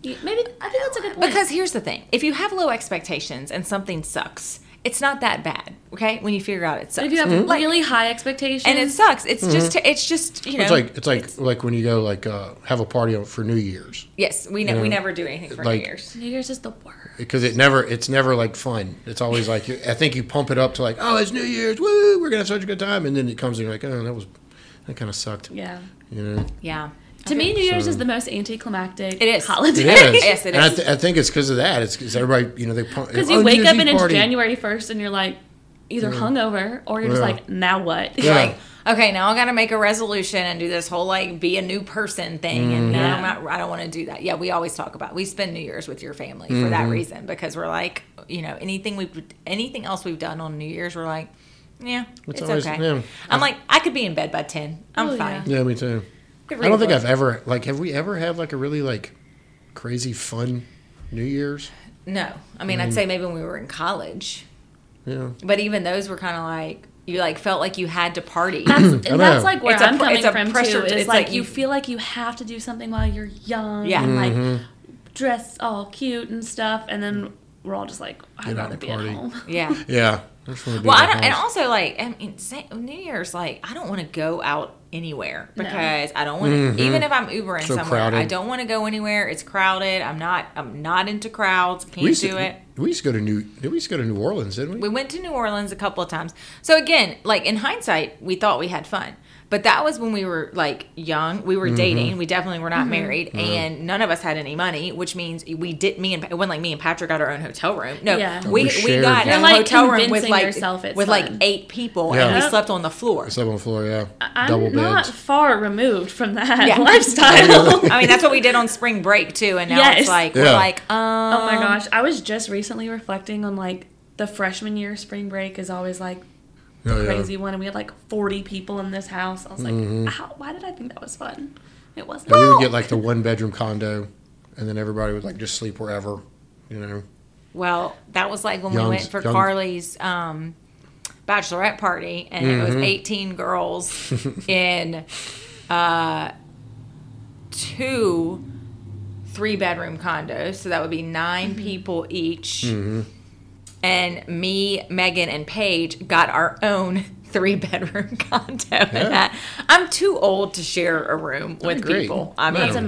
[SPEAKER 3] Yeah, Maybe I think that's a good point.
[SPEAKER 1] Because here's the thing: if you have low expectations and something sucks, it's not that bad. Okay, when you figure out it sucks,
[SPEAKER 3] if you have
[SPEAKER 1] Like,
[SPEAKER 3] really high expectations,
[SPEAKER 1] and it sucks, it's just it's just you know.
[SPEAKER 4] Mm-hmm. It's like it's like like when you go like uh, have a party on- for New Year's
[SPEAKER 1] yes, we ne- we
[SPEAKER 4] know,
[SPEAKER 1] never do anything for
[SPEAKER 4] like-
[SPEAKER 1] New Year's.
[SPEAKER 3] New Year's is the worst.
[SPEAKER 4] because it never it's never like fun. It's always like you- I think you pump it up to like oh it's New Year's woo we're gonna have such a good time and then it comes and you're like oh that was that kind of sucked
[SPEAKER 3] Yeah.
[SPEAKER 4] you know
[SPEAKER 1] Yeah,
[SPEAKER 3] To me, New Year's is the most anticlimactic
[SPEAKER 1] It is.
[SPEAKER 3] holiday.
[SPEAKER 4] It is.
[SPEAKER 1] Yes, it
[SPEAKER 4] And I,
[SPEAKER 1] is.
[SPEAKER 4] th- I think it's because of that. It's because everybody, you know, they oh, because
[SPEAKER 3] Because you
[SPEAKER 4] E
[SPEAKER 3] wake up and it's January 1st and you're like either hungover or you're just
[SPEAKER 4] Yeah.
[SPEAKER 3] like, now what?
[SPEAKER 4] Yeah.
[SPEAKER 1] Like, okay, now I got to make a resolution and do this whole like be a new person thing,
[SPEAKER 4] Mm-hmm.
[SPEAKER 1] and now I'm not, I don't want to do that. Yeah, we always talk about we spend New Year's with your family for
[SPEAKER 4] Mm-hmm.
[SPEAKER 1] that reason because we're like, you know, anything we have anything else we've done on New Year's, we're like, yeah, it's,
[SPEAKER 4] It's always-
[SPEAKER 1] okay.
[SPEAKER 4] yeah.
[SPEAKER 1] I'm like, I could be in bed by ten. I'm
[SPEAKER 3] Oh,
[SPEAKER 1] fine.
[SPEAKER 4] Yeah, me too.
[SPEAKER 1] Could
[SPEAKER 4] I
[SPEAKER 1] read a
[SPEAKER 4] don't think
[SPEAKER 1] book.
[SPEAKER 4] I've ever like. Have we ever had like a really like crazy fun New Year's?
[SPEAKER 1] No, I mean,
[SPEAKER 4] Mm.
[SPEAKER 1] I'd say maybe when we were in college,
[SPEAKER 4] Yeah.
[SPEAKER 1] but even those were kind of like you like felt like you had to party.
[SPEAKER 3] That's,
[SPEAKER 4] I
[SPEAKER 3] and that's
[SPEAKER 4] know.
[SPEAKER 3] like where
[SPEAKER 1] It's a
[SPEAKER 3] I'm
[SPEAKER 1] pr-
[SPEAKER 3] coming
[SPEAKER 1] it's a
[SPEAKER 3] from
[SPEAKER 1] pressure-
[SPEAKER 3] too. Is
[SPEAKER 1] it's
[SPEAKER 3] like,
[SPEAKER 1] like
[SPEAKER 3] you
[SPEAKER 1] you-
[SPEAKER 3] feel like you have to do something while you're young.
[SPEAKER 1] Yeah.
[SPEAKER 3] And like
[SPEAKER 4] Mm-hmm.
[SPEAKER 3] dress all cute and stuff. And then we're all just like, I'd
[SPEAKER 4] Get out
[SPEAKER 3] rather
[SPEAKER 4] and
[SPEAKER 3] be at
[SPEAKER 4] party.
[SPEAKER 3] home.
[SPEAKER 1] yeah.
[SPEAKER 4] Yeah. I just wanna be
[SPEAKER 1] Well, I
[SPEAKER 4] at
[SPEAKER 1] don't, and
[SPEAKER 4] home.
[SPEAKER 1] also like I mean, say, New Year's, like I don't want to go out anywhere because I don't want to. Even if I'm Ubering
[SPEAKER 4] Mm-hmm. So
[SPEAKER 1] somewhere, I
[SPEAKER 4] crowded.
[SPEAKER 1] don't want to go anywhere. It's crowded. I'm not. I'm not into crowds. Can't
[SPEAKER 4] we used
[SPEAKER 1] do
[SPEAKER 4] to,
[SPEAKER 1] it.
[SPEAKER 4] We used to go to New. We used to go to New Orleans, didn't we?
[SPEAKER 1] We went to New Orleans a couple of times. So again, like in hindsight, we thought we had fun. But that was when we were like young. We were
[SPEAKER 4] Mm-hmm.
[SPEAKER 1] dating. We definitely were not
[SPEAKER 3] Mm-hmm.
[SPEAKER 1] married, and none of us had any money, which means we did. Me and it wasn't like me and Patrick got our own hotel room. No,
[SPEAKER 3] Yeah.
[SPEAKER 1] we,
[SPEAKER 4] We
[SPEAKER 1] we
[SPEAKER 4] shared.
[SPEAKER 1] got
[SPEAKER 4] You're,
[SPEAKER 1] a
[SPEAKER 3] like,
[SPEAKER 1] hotel room with
[SPEAKER 3] convincing
[SPEAKER 1] like
[SPEAKER 3] yourself it's
[SPEAKER 1] with like
[SPEAKER 3] fun.
[SPEAKER 1] eight people,
[SPEAKER 4] Yeah.
[SPEAKER 1] and we
[SPEAKER 4] Yep.
[SPEAKER 1] slept on the floor.
[SPEAKER 4] Slept on the floor. Yeah.
[SPEAKER 3] I'm
[SPEAKER 4] Double
[SPEAKER 3] not
[SPEAKER 4] beds.
[SPEAKER 3] far removed from that
[SPEAKER 1] Yeah.
[SPEAKER 3] lifestyle.
[SPEAKER 1] I mean, that's what we did on spring break too, and now it's
[SPEAKER 3] Yes.
[SPEAKER 1] like we're
[SPEAKER 4] Yeah.
[SPEAKER 1] like, um,
[SPEAKER 3] Oh my gosh, I was just recently reflecting on like the freshman year spring break is always like the
[SPEAKER 4] Oh, yeah. Mm-hmm.
[SPEAKER 3] crazy one, and we had like 40 people in this house. I was like, How, why did I think that was fun? It wasn't.
[SPEAKER 4] And we would get like the one bedroom condo, and then everybody would like just sleep wherever, you know.
[SPEAKER 1] Well, that was like when we
[SPEAKER 4] Young's-
[SPEAKER 1] went for
[SPEAKER 4] Young-
[SPEAKER 1] Carly's um, bachelorette party, and it was
[SPEAKER 4] Mm-hmm.
[SPEAKER 1] 18 girls in uh, two three bedroom condos. So that would be 9
[SPEAKER 4] Mm-hmm.
[SPEAKER 1] people each. And me, Megan, and Paige got our own three bedroom condo. And
[SPEAKER 4] Yeah.
[SPEAKER 1] I, I'm too old to share a room with
[SPEAKER 4] agree.
[SPEAKER 1] people. I mean,
[SPEAKER 4] No.
[SPEAKER 3] That's a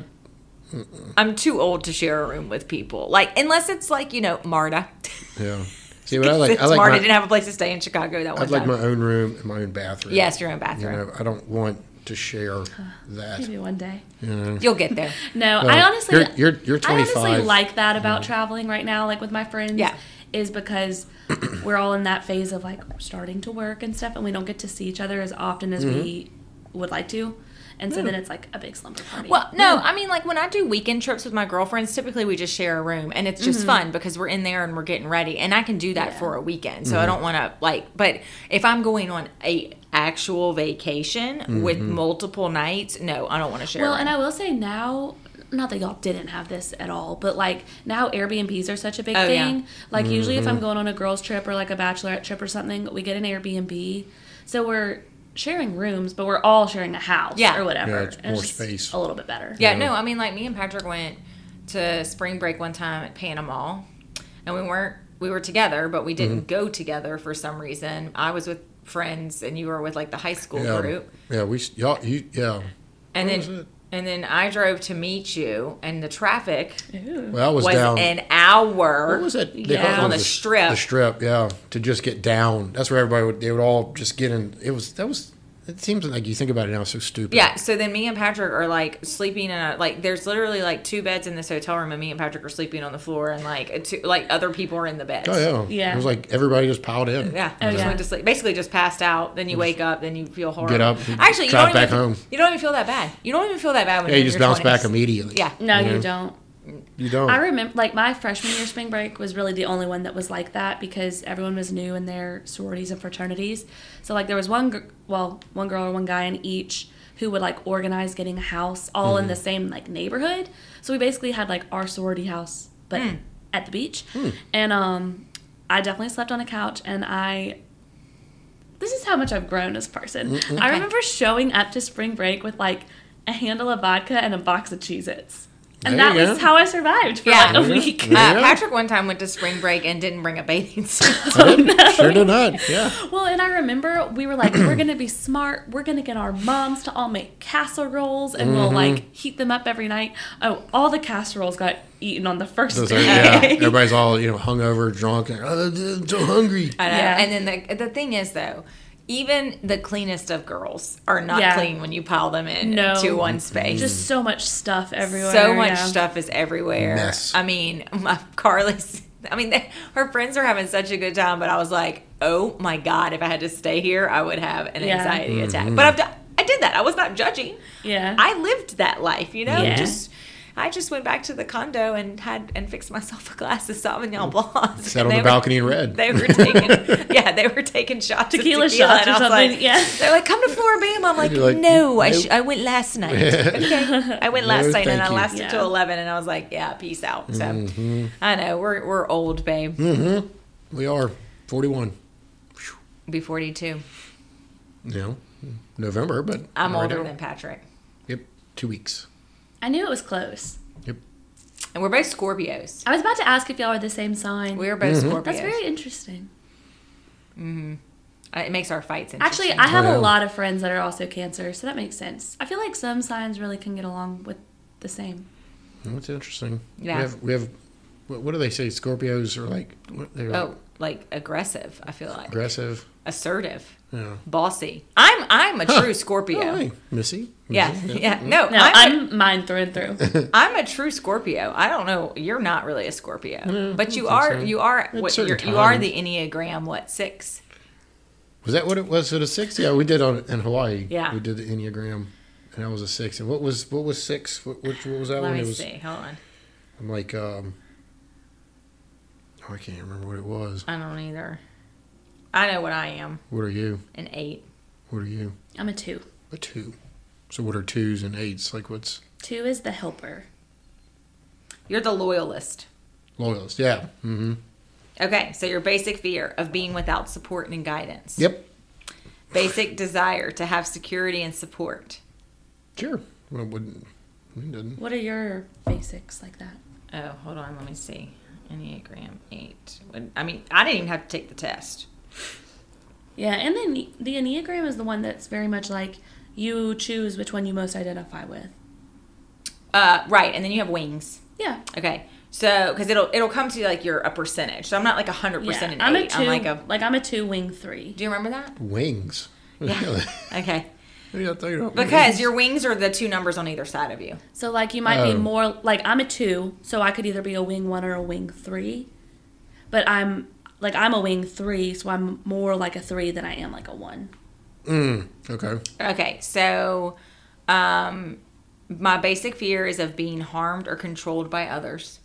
[SPEAKER 3] move.
[SPEAKER 1] I'm too old to share a room with people. Like, unless it's like, you know, Marta.
[SPEAKER 4] Yeah. See, but I like I
[SPEAKER 1] Since Marta
[SPEAKER 4] like
[SPEAKER 1] didn't
[SPEAKER 4] my,
[SPEAKER 1] have a place to stay in Chicago that one
[SPEAKER 4] I'd like
[SPEAKER 1] time.
[SPEAKER 4] my own room and my own bathroom.
[SPEAKER 1] yes, your own
[SPEAKER 4] You
[SPEAKER 1] bathroom.
[SPEAKER 4] know, I don't want to share that.
[SPEAKER 3] Maybe one day.
[SPEAKER 1] You'll get there.
[SPEAKER 3] No,
[SPEAKER 4] Well,
[SPEAKER 3] I honestly,
[SPEAKER 4] you're- Mm-hmm. you're- you're
[SPEAKER 3] I honestly
[SPEAKER 4] 25.
[SPEAKER 3] like that about traveling right now, like with my friends.
[SPEAKER 1] Yeah.
[SPEAKER 3] is because we're all in that phase of like starting to work and stuff, and we don't get to see each other as often as we
[SPEAKER 4] Mm-hmm.
[SPEAKER 3] would like to, and so then it's like a big slumber party.
[SPEAKER 1] Well, no, I mean, like when I do weekend trips with my girlfriends, typically we just share a room and it's just fun because we're in there and we're getting ready. And I can do that for a weekend.
[SPEAKER 4] Mm-hmm.
[SPEAKER 1] So I don't want to, like, but if I'm going on a actual vacation with
[SPEAKER 4] Mm-hmm.
[SPEAKER 1] multiple nights, no, I don't want to share. a
[SPEAKER 3] Well,
[SPEAKER 1] room.
[SPEAKER 3] and I will say now, not that y'all didn't have this at all, but like now Airbnbs are such a big
[SPEAKER 1] Oh, yeah.
[SPEAKER 3] thing. Like usually if I'm
[SPEAKER 4] Mm-hmm.
[SPEAKER 3] going on a girls trip or like a bachelorette trip or something, we get an Airbnb. So we're sharing rooms, but we're all sharing a house
[SPEAKER 1] Yeah.
[SPEAKER 3] or whatever.
[SPEAKER 4] Yeah, it's
[SPEAKER 3] And
[SPEAKER 4] more
[SPEAKER 3] just
[SPEAKER 4] space.
[SPEAKER 3] A little bit better.
[SPEAKER 1] yeah, no, I mean, like me and Patrick went to spring break one time at Panama, and we weren't we were together, but we
[SPEAKER 4] Mm-hmm.
[SPEAKER 1] didn't go together for some reason. I was with friends, and you were with like the high school
[SPEAKER 4] Yeah,
[SPEAKER 1] group.
[SPEAKER 4] yeah, we s- y'all, you, yeah.
[SPEAKER 1] And
[SPEAKER 4] Where was
[SPEAKER 1] then
[SPEAKER 4] it?
[SPEAKER 1] and then I drove to meet you, and the traffic
[SPEAKER 4] Well, I was,
[SPEAKER 1] was
[SPEAKER 4] down.
[SPEAKER 1] an hour.
[SPEAKER 4] what was that?
[SPEAKER 3] Yeah.
[SPEAKER 4] called it
[SPEAKER 1] On the
[SPEAKER 4] s-
[SPEAKER 1] strip.
[SPEAKER 4] The strip, yeah. To just get down. That's where everybody would. They would all just get in. It was that was. It seems like you think about it now, it's so stupid.
[SPEAKER 1] Yeah. So then me and Patrick are like sleeping in a like. There's literally like two beds in this hotel room, and me and Patrick are sleeping on the floor, and like two, like other people are in the beds.
[SPEAKER 4] Oh yeah.
[SPEAKER 3] Yeah.
[SPEAKER 4] It was like everybody just piled in.
[SPEAKER 1] Yeah, I just
[SPEAKER 3] Oh, yeah.
[SPEAKER 1] went to sleep. Basically, just passed out. Then you wake up. Then you feel horrible.
[SPEAKER 4] Get up,
[SPEAKER 1] Actually, you
[SPEAKER 4] drive
[SPEAKER 1] don't even,
[SPEAKER 4] back home.
[SPEAKER 1] You don't even feel that bad. You don't even feel that bad when
[SPEAKER 4] Yeah,
[SPEAKER 1] you're
[SPEAKER 4] you just
[SPEAKER 1] in your
[SPEAKER 4] bounce back
[SPEAKER 1] 20s.
[SPEAKER 4] immediately.
[SPEAKER 1] Yeah, Uh,
[SPEAKER 3] No,
[SPEAKER 4] Yeah.
[SPEAKER 3] you don't.
[SPEAKER 4] You don't.
[SPEAKER 3] I remember, like, my freshman year spring break was really the only one that was like that because everyone was new in their sororities and fraternities. So, like, there was one, gr- well, one girl or one guy in each who would, like, organize getting a house all in the same, like, neighborhood. So, we basically had, like, our sorority house, but at the beach. And, um, I definitely slept on a couch and I. This is how much I've grown as a person.
[SPEAKER 4] Mm,
[SPEAKER 3] I remember showing up to spring break with, like, a handle of vodka and a box of Cheez Its. And
[SPEAKER 4] There
[SPEAKER 3] that
[SPEAKER 4] you
[SPEAKER 3] was
[SPEAKER 4] go.
[SPEAKER 3] how I survived for
[SPEAKER 1] Yeah.
[SPEAKER 3] like a
[SPEAKER 1] Yeah.
[SPEAKER 3] week.
[SPEAKER 4] Yeah.
[SPEAKER 1] Uh, Patrick one time went to spring break and didn't bring a bathing suit.
[SPEAKER 4] I did. Sure did not. Yeah.
[SPEAKER 3] Well, and I remember we were like, we're gonna be smart. We're gonna get our moms to all make casseroles, and
[SPEAKER 4] Mm-hmm.
[SPEAKER 3] we'll like heat them up every night. Oh, all the casseroles got eaten on the first
[SPEAKER 4] Those are-
[SPEAKER 3] day.
[SPEAKER 4] yeah. Everybody's all you know hungover, drunk, and oh, I'm so hungry.
[SPEAKER 1] I know.
[SPEAKER 3] Yeah.
[SPEAKER 1] And then the the thing is though. Even the cleanest of girls are not
[SPEAKER 3] Yeah.
[SPEAKER 1] clean when you pile them in
[SPEAKER 3] No.
[SPEAKER 1] to one space.
[SPEAKER 3] Just so much stuff everywhere.
[SPEAKER 1] so much
[SPEAKER 3] yeah.
[SPEAKER 1] stuff is everywhere.
[SPEAKER 4] Mess.
[SPEAKER 1] I mean, my, Carly's. I mean, they, her friends are having such a good time, but I was like, oh my god, if I had to stay here, I would have an
[SPEAKER 3] Yeah.
[SPEAKER 1] anxiety
[SPEAKER 4] Mm-hmm.
[SPEAKER 1] attack. But I've done, I did that. I was not judging.
[SPEAKER 3] Yeah.
[SPEAKER 1] I lived that life, you know.
[SPEAKER 3] Yeah.
[SPEAKER 1] Just I just went back to the condo and had and fixed myself a glass of Sauvignon Blanc.
[SPEAKER 4] Sat
[SPEAKER 1] And
[SPEAKER 4] on
[SPEAKER 1] they
[SPEAKER 4] Mm. the
[SPEAKER 1] were-
[SPEAKER 4] balcony and read.
[SPEAKER 1] They were taking, yeah, they were taking shots, of tequila
[SPEAKER 3] Tequila shots
[SPEAKER 1] and
[SPEAKER 3] or
[SPEAKER 1] I was
[SPEAKER 3] something,
[SPEAKER 1] Like,
[SPEAKER 3] yeah.
[SPEAKER 1] they're like, come to Floribama. I'm like,
[SPEAKER 4] You're like,
[SPEAKER 1] no, I,
[SPEAKER 4] nope.
[SPEAKER 1] sh- I went last night. okay, I went
[SPEAKER 4] No,
[SPEAKER 1] last night and
[SPEAKER 4] thank
[SPEAKER 1] I
[SPEAKER 4] you. Mm-hmm.
[SPEAKER 1] lasted
[SPEAKER 3] Yeah.
[SPEAKER 1] till eleven, and I was like, yeah, peace out. So I know we're we're old, babe.
[SPEAKER 4] we are 41.
[SPEAKER 1] Be 42.
[SPEAKER 4] You know, November, but
[SPEAKER 1] I'm
[SPEAKER 4] right
[SPEAKER 1] older
[SPEAKER 4] now.
[SPEAKER 1] than Patrick,
[SPEAKER 4] Yep, two weeks.
[SPEAKER 3] I knew it was close.
[SPEAKER 4] Yep.
[SPEAKER 1] and we're both Scorpios.
[SPEAKER 3] I was about to ask if y'all are the same sign.
[SPEAKER 1] We're both
[SPEAKER 4] Mm-hmm.
[SPEAKER 1] Scorpios.
[SPEAKER 3] That's very interesting.
[SPEAKER 1] Uh, it makes our fights.
[SPEAKER 3] Actually,
[SPEAKER 1] interesting.
[SPEAKER 3] I have
[SPEAKER 4] yeah.
[SPEAKER 3] a lot of friends that are also Cancer, so that makes sense. I feel like some signs really can get along with the same.
[SPEAKER 4] Oh, That's interesting.
[SPEAKER 1] Yeah.
[SPEAKER 4] We have, we have what, what do they say? Scorpios are like, what, they're
[SPEAKER 1] oh, like aggressive. I feel like
[SPEAKER 4] aggressive.
[SPEAKER 1] assertive,
[SPEAKER 4] Yeah.
[SPEAKER 1] bossy. I'm I'm a
[SPEAKER 4] Huh.
[SPEAKER 1] true Scorpio.
[SPEAKER 4] Oh, Mm-hmm. hey, Missy.
[SPEAKER 1] Yeah,
[SPEAKER 4] Missy,
[SPEAKER 1] yeah. No,
[SPEAKER 3] No,
[SPEAKER 1] I'm,
[SPEAKER 3] I'm, mine through and through.
[SPEAKER 1] I'm a true Scorpio. I don't know. You're not really a Scorpio, but you
[SPEAKER 4] I don't
[SPEAKER 1] are.
[SPEAKER 4] think so.
[SPEAKER 1] You are.
[SPEAKER 4] At
[SPEAKER 1] What,
[SPEAKER 4] certain
[SPEAKER 1] you're, you are
[SPEAKER 4] times.
[SPEAKER 1] the Enneagram. What six?
[SPEAKER 4] Was that what it was? At a six? Yeah, we did on in Hawaii.
[SPEAKER 1] Yeah.
[SPEAKER 4] We did the Enneagram, and that was a six. And what was what was six? What, which, what was that
[SPEAKER 1] Let
[SPEAKER 4] one?
[SPEAKER 1] me
[SPEAKER 4] it was.
[SPEAKER 1] see. Hold on.
[SPEAKER 4] I'm like, um, oh, I can't remember what it was.
[SPEAKER 1] I don't either. I know what I am.
[SPEAKER 4] What are you?
[SPEAKER 1] An eight.
[SPEAKER 4] What are you?
[SPEAKER 3] I'm a two.
[SPEAKER 4] A two. So what are twos and eights? Like what's
[SPEAKER 3] Two is the helper.
[SPEAKER 1] You're the loyalist.
[SPEAKER 4] loyalist? Yeah. Mm-hmm.
[SPEAKER 1] Okay, so your basic fear of being without support and guidance.
[SPEAKER 4] Yep.
[SPEAKER 1] Basic desire to have security and support.
[SPEAKER 4] Sure. Well, wouldn't. We didn't.
[SPEAKER 3] What are your basics like that?
[SPEAKER 1] Oh, hold on. Let me see. Enneagram eight. What- I mean, I didn't even have to take the test.
[SPEAKER 3] Yeah, and then the- the Enneagram is the one that's very much like you choose which one you most identify with.
[SPEAKER 1] Uh, right, and then you have wings.
[SPEAKER 3] Yeah.
[SPEAKER 1] Okay, so because it'll it'll come to like your a percentage. So I'm not like a hundred
[SPEAKER 3] Yeah.
[SPEAKER 1] percent an
[SPEAKER 3] I'm a
[SPEAKER 1] eight.
[SPEAKER 3] two.
[SPEAKER 1] I'm like a.
[SPEAKER 3] I'm a two wing three.
[SPEAKER 1] Do you remember that?
[SPEAKER 4] Wings. Yeah.
[SPEAKER 1] Okay,
[SPEAKER 4] yeah, tell you about
[SPEAKER 1] because
[SPEAKER 4] wings.
[SPEAKER 1] your wings are the two numbers on either side of you.
[SPEAKER 3] So like you might
[SPEAKER 4] Oh.
[SPEAKER 3] be more like I'm a two, so I could either be a wing one or a wing three, but I'm like I'm a wing three, so I'm more like a three than I am like a one.
[SPEAKER 4] Mm, okay.
[SPEAKER 1] Okay, so um, my basic fear is of being harmed or controlled by others.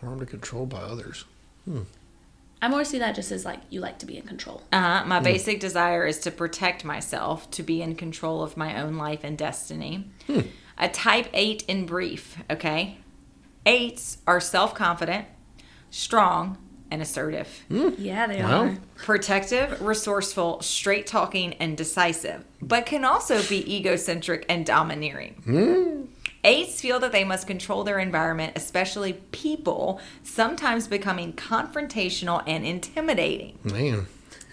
[SPEAKER 4] Harmed or controlled by others.
[SPEAKER 3] I more see that just as like you like to be in control.
[SPEAKER 1] Uh-huh.
[SPEAKER 3] Hmm.
[SPEAKER 1] My basic desire is to protect myself, to be in control of my own life and destiny.
[SPEAKER 3] Hmm.
[SPEAKER 1] A type eight in brief, okay? Eights are self confident, strong, and assertive,
[SPEAKER 3] Yeah, they
[SPEAKER 4] Wow.
[SPEAKER 3] are.
[SPEAKER 1] protective, resourceful, straight
[SPEAKER 4] mm.
[SPEAKER 1] talking, and decisive, but can also be egocentric and domineering. Aides feel that they must control their environment, especially people, sometimes becoming confrontational and intimidating.
[SPEAKER 4] Man,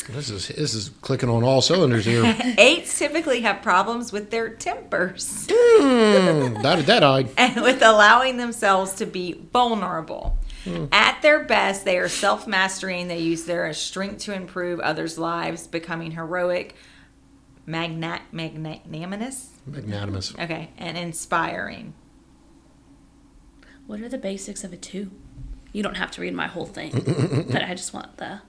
[SPEAKER 4] this is this is clicking on all cylinders here.
[SPEAKER 1] Eights typically have problems with their tempers
[SPEAKER 4] Hmm, dotted that eyed.
[SPEAKER 1] and with allowing themselves to be vulnerable. At their best, they are self mastering. They use their strength to improve others' lives, becoming heroic, magna- magnanimous,
[SPEAKER 4] Magnanimous.
[SPEAKER 1] okay, and inspiring.
[SPEAKER 3] What are the basics of a two? You don't have to read my whole thing, but I just want the,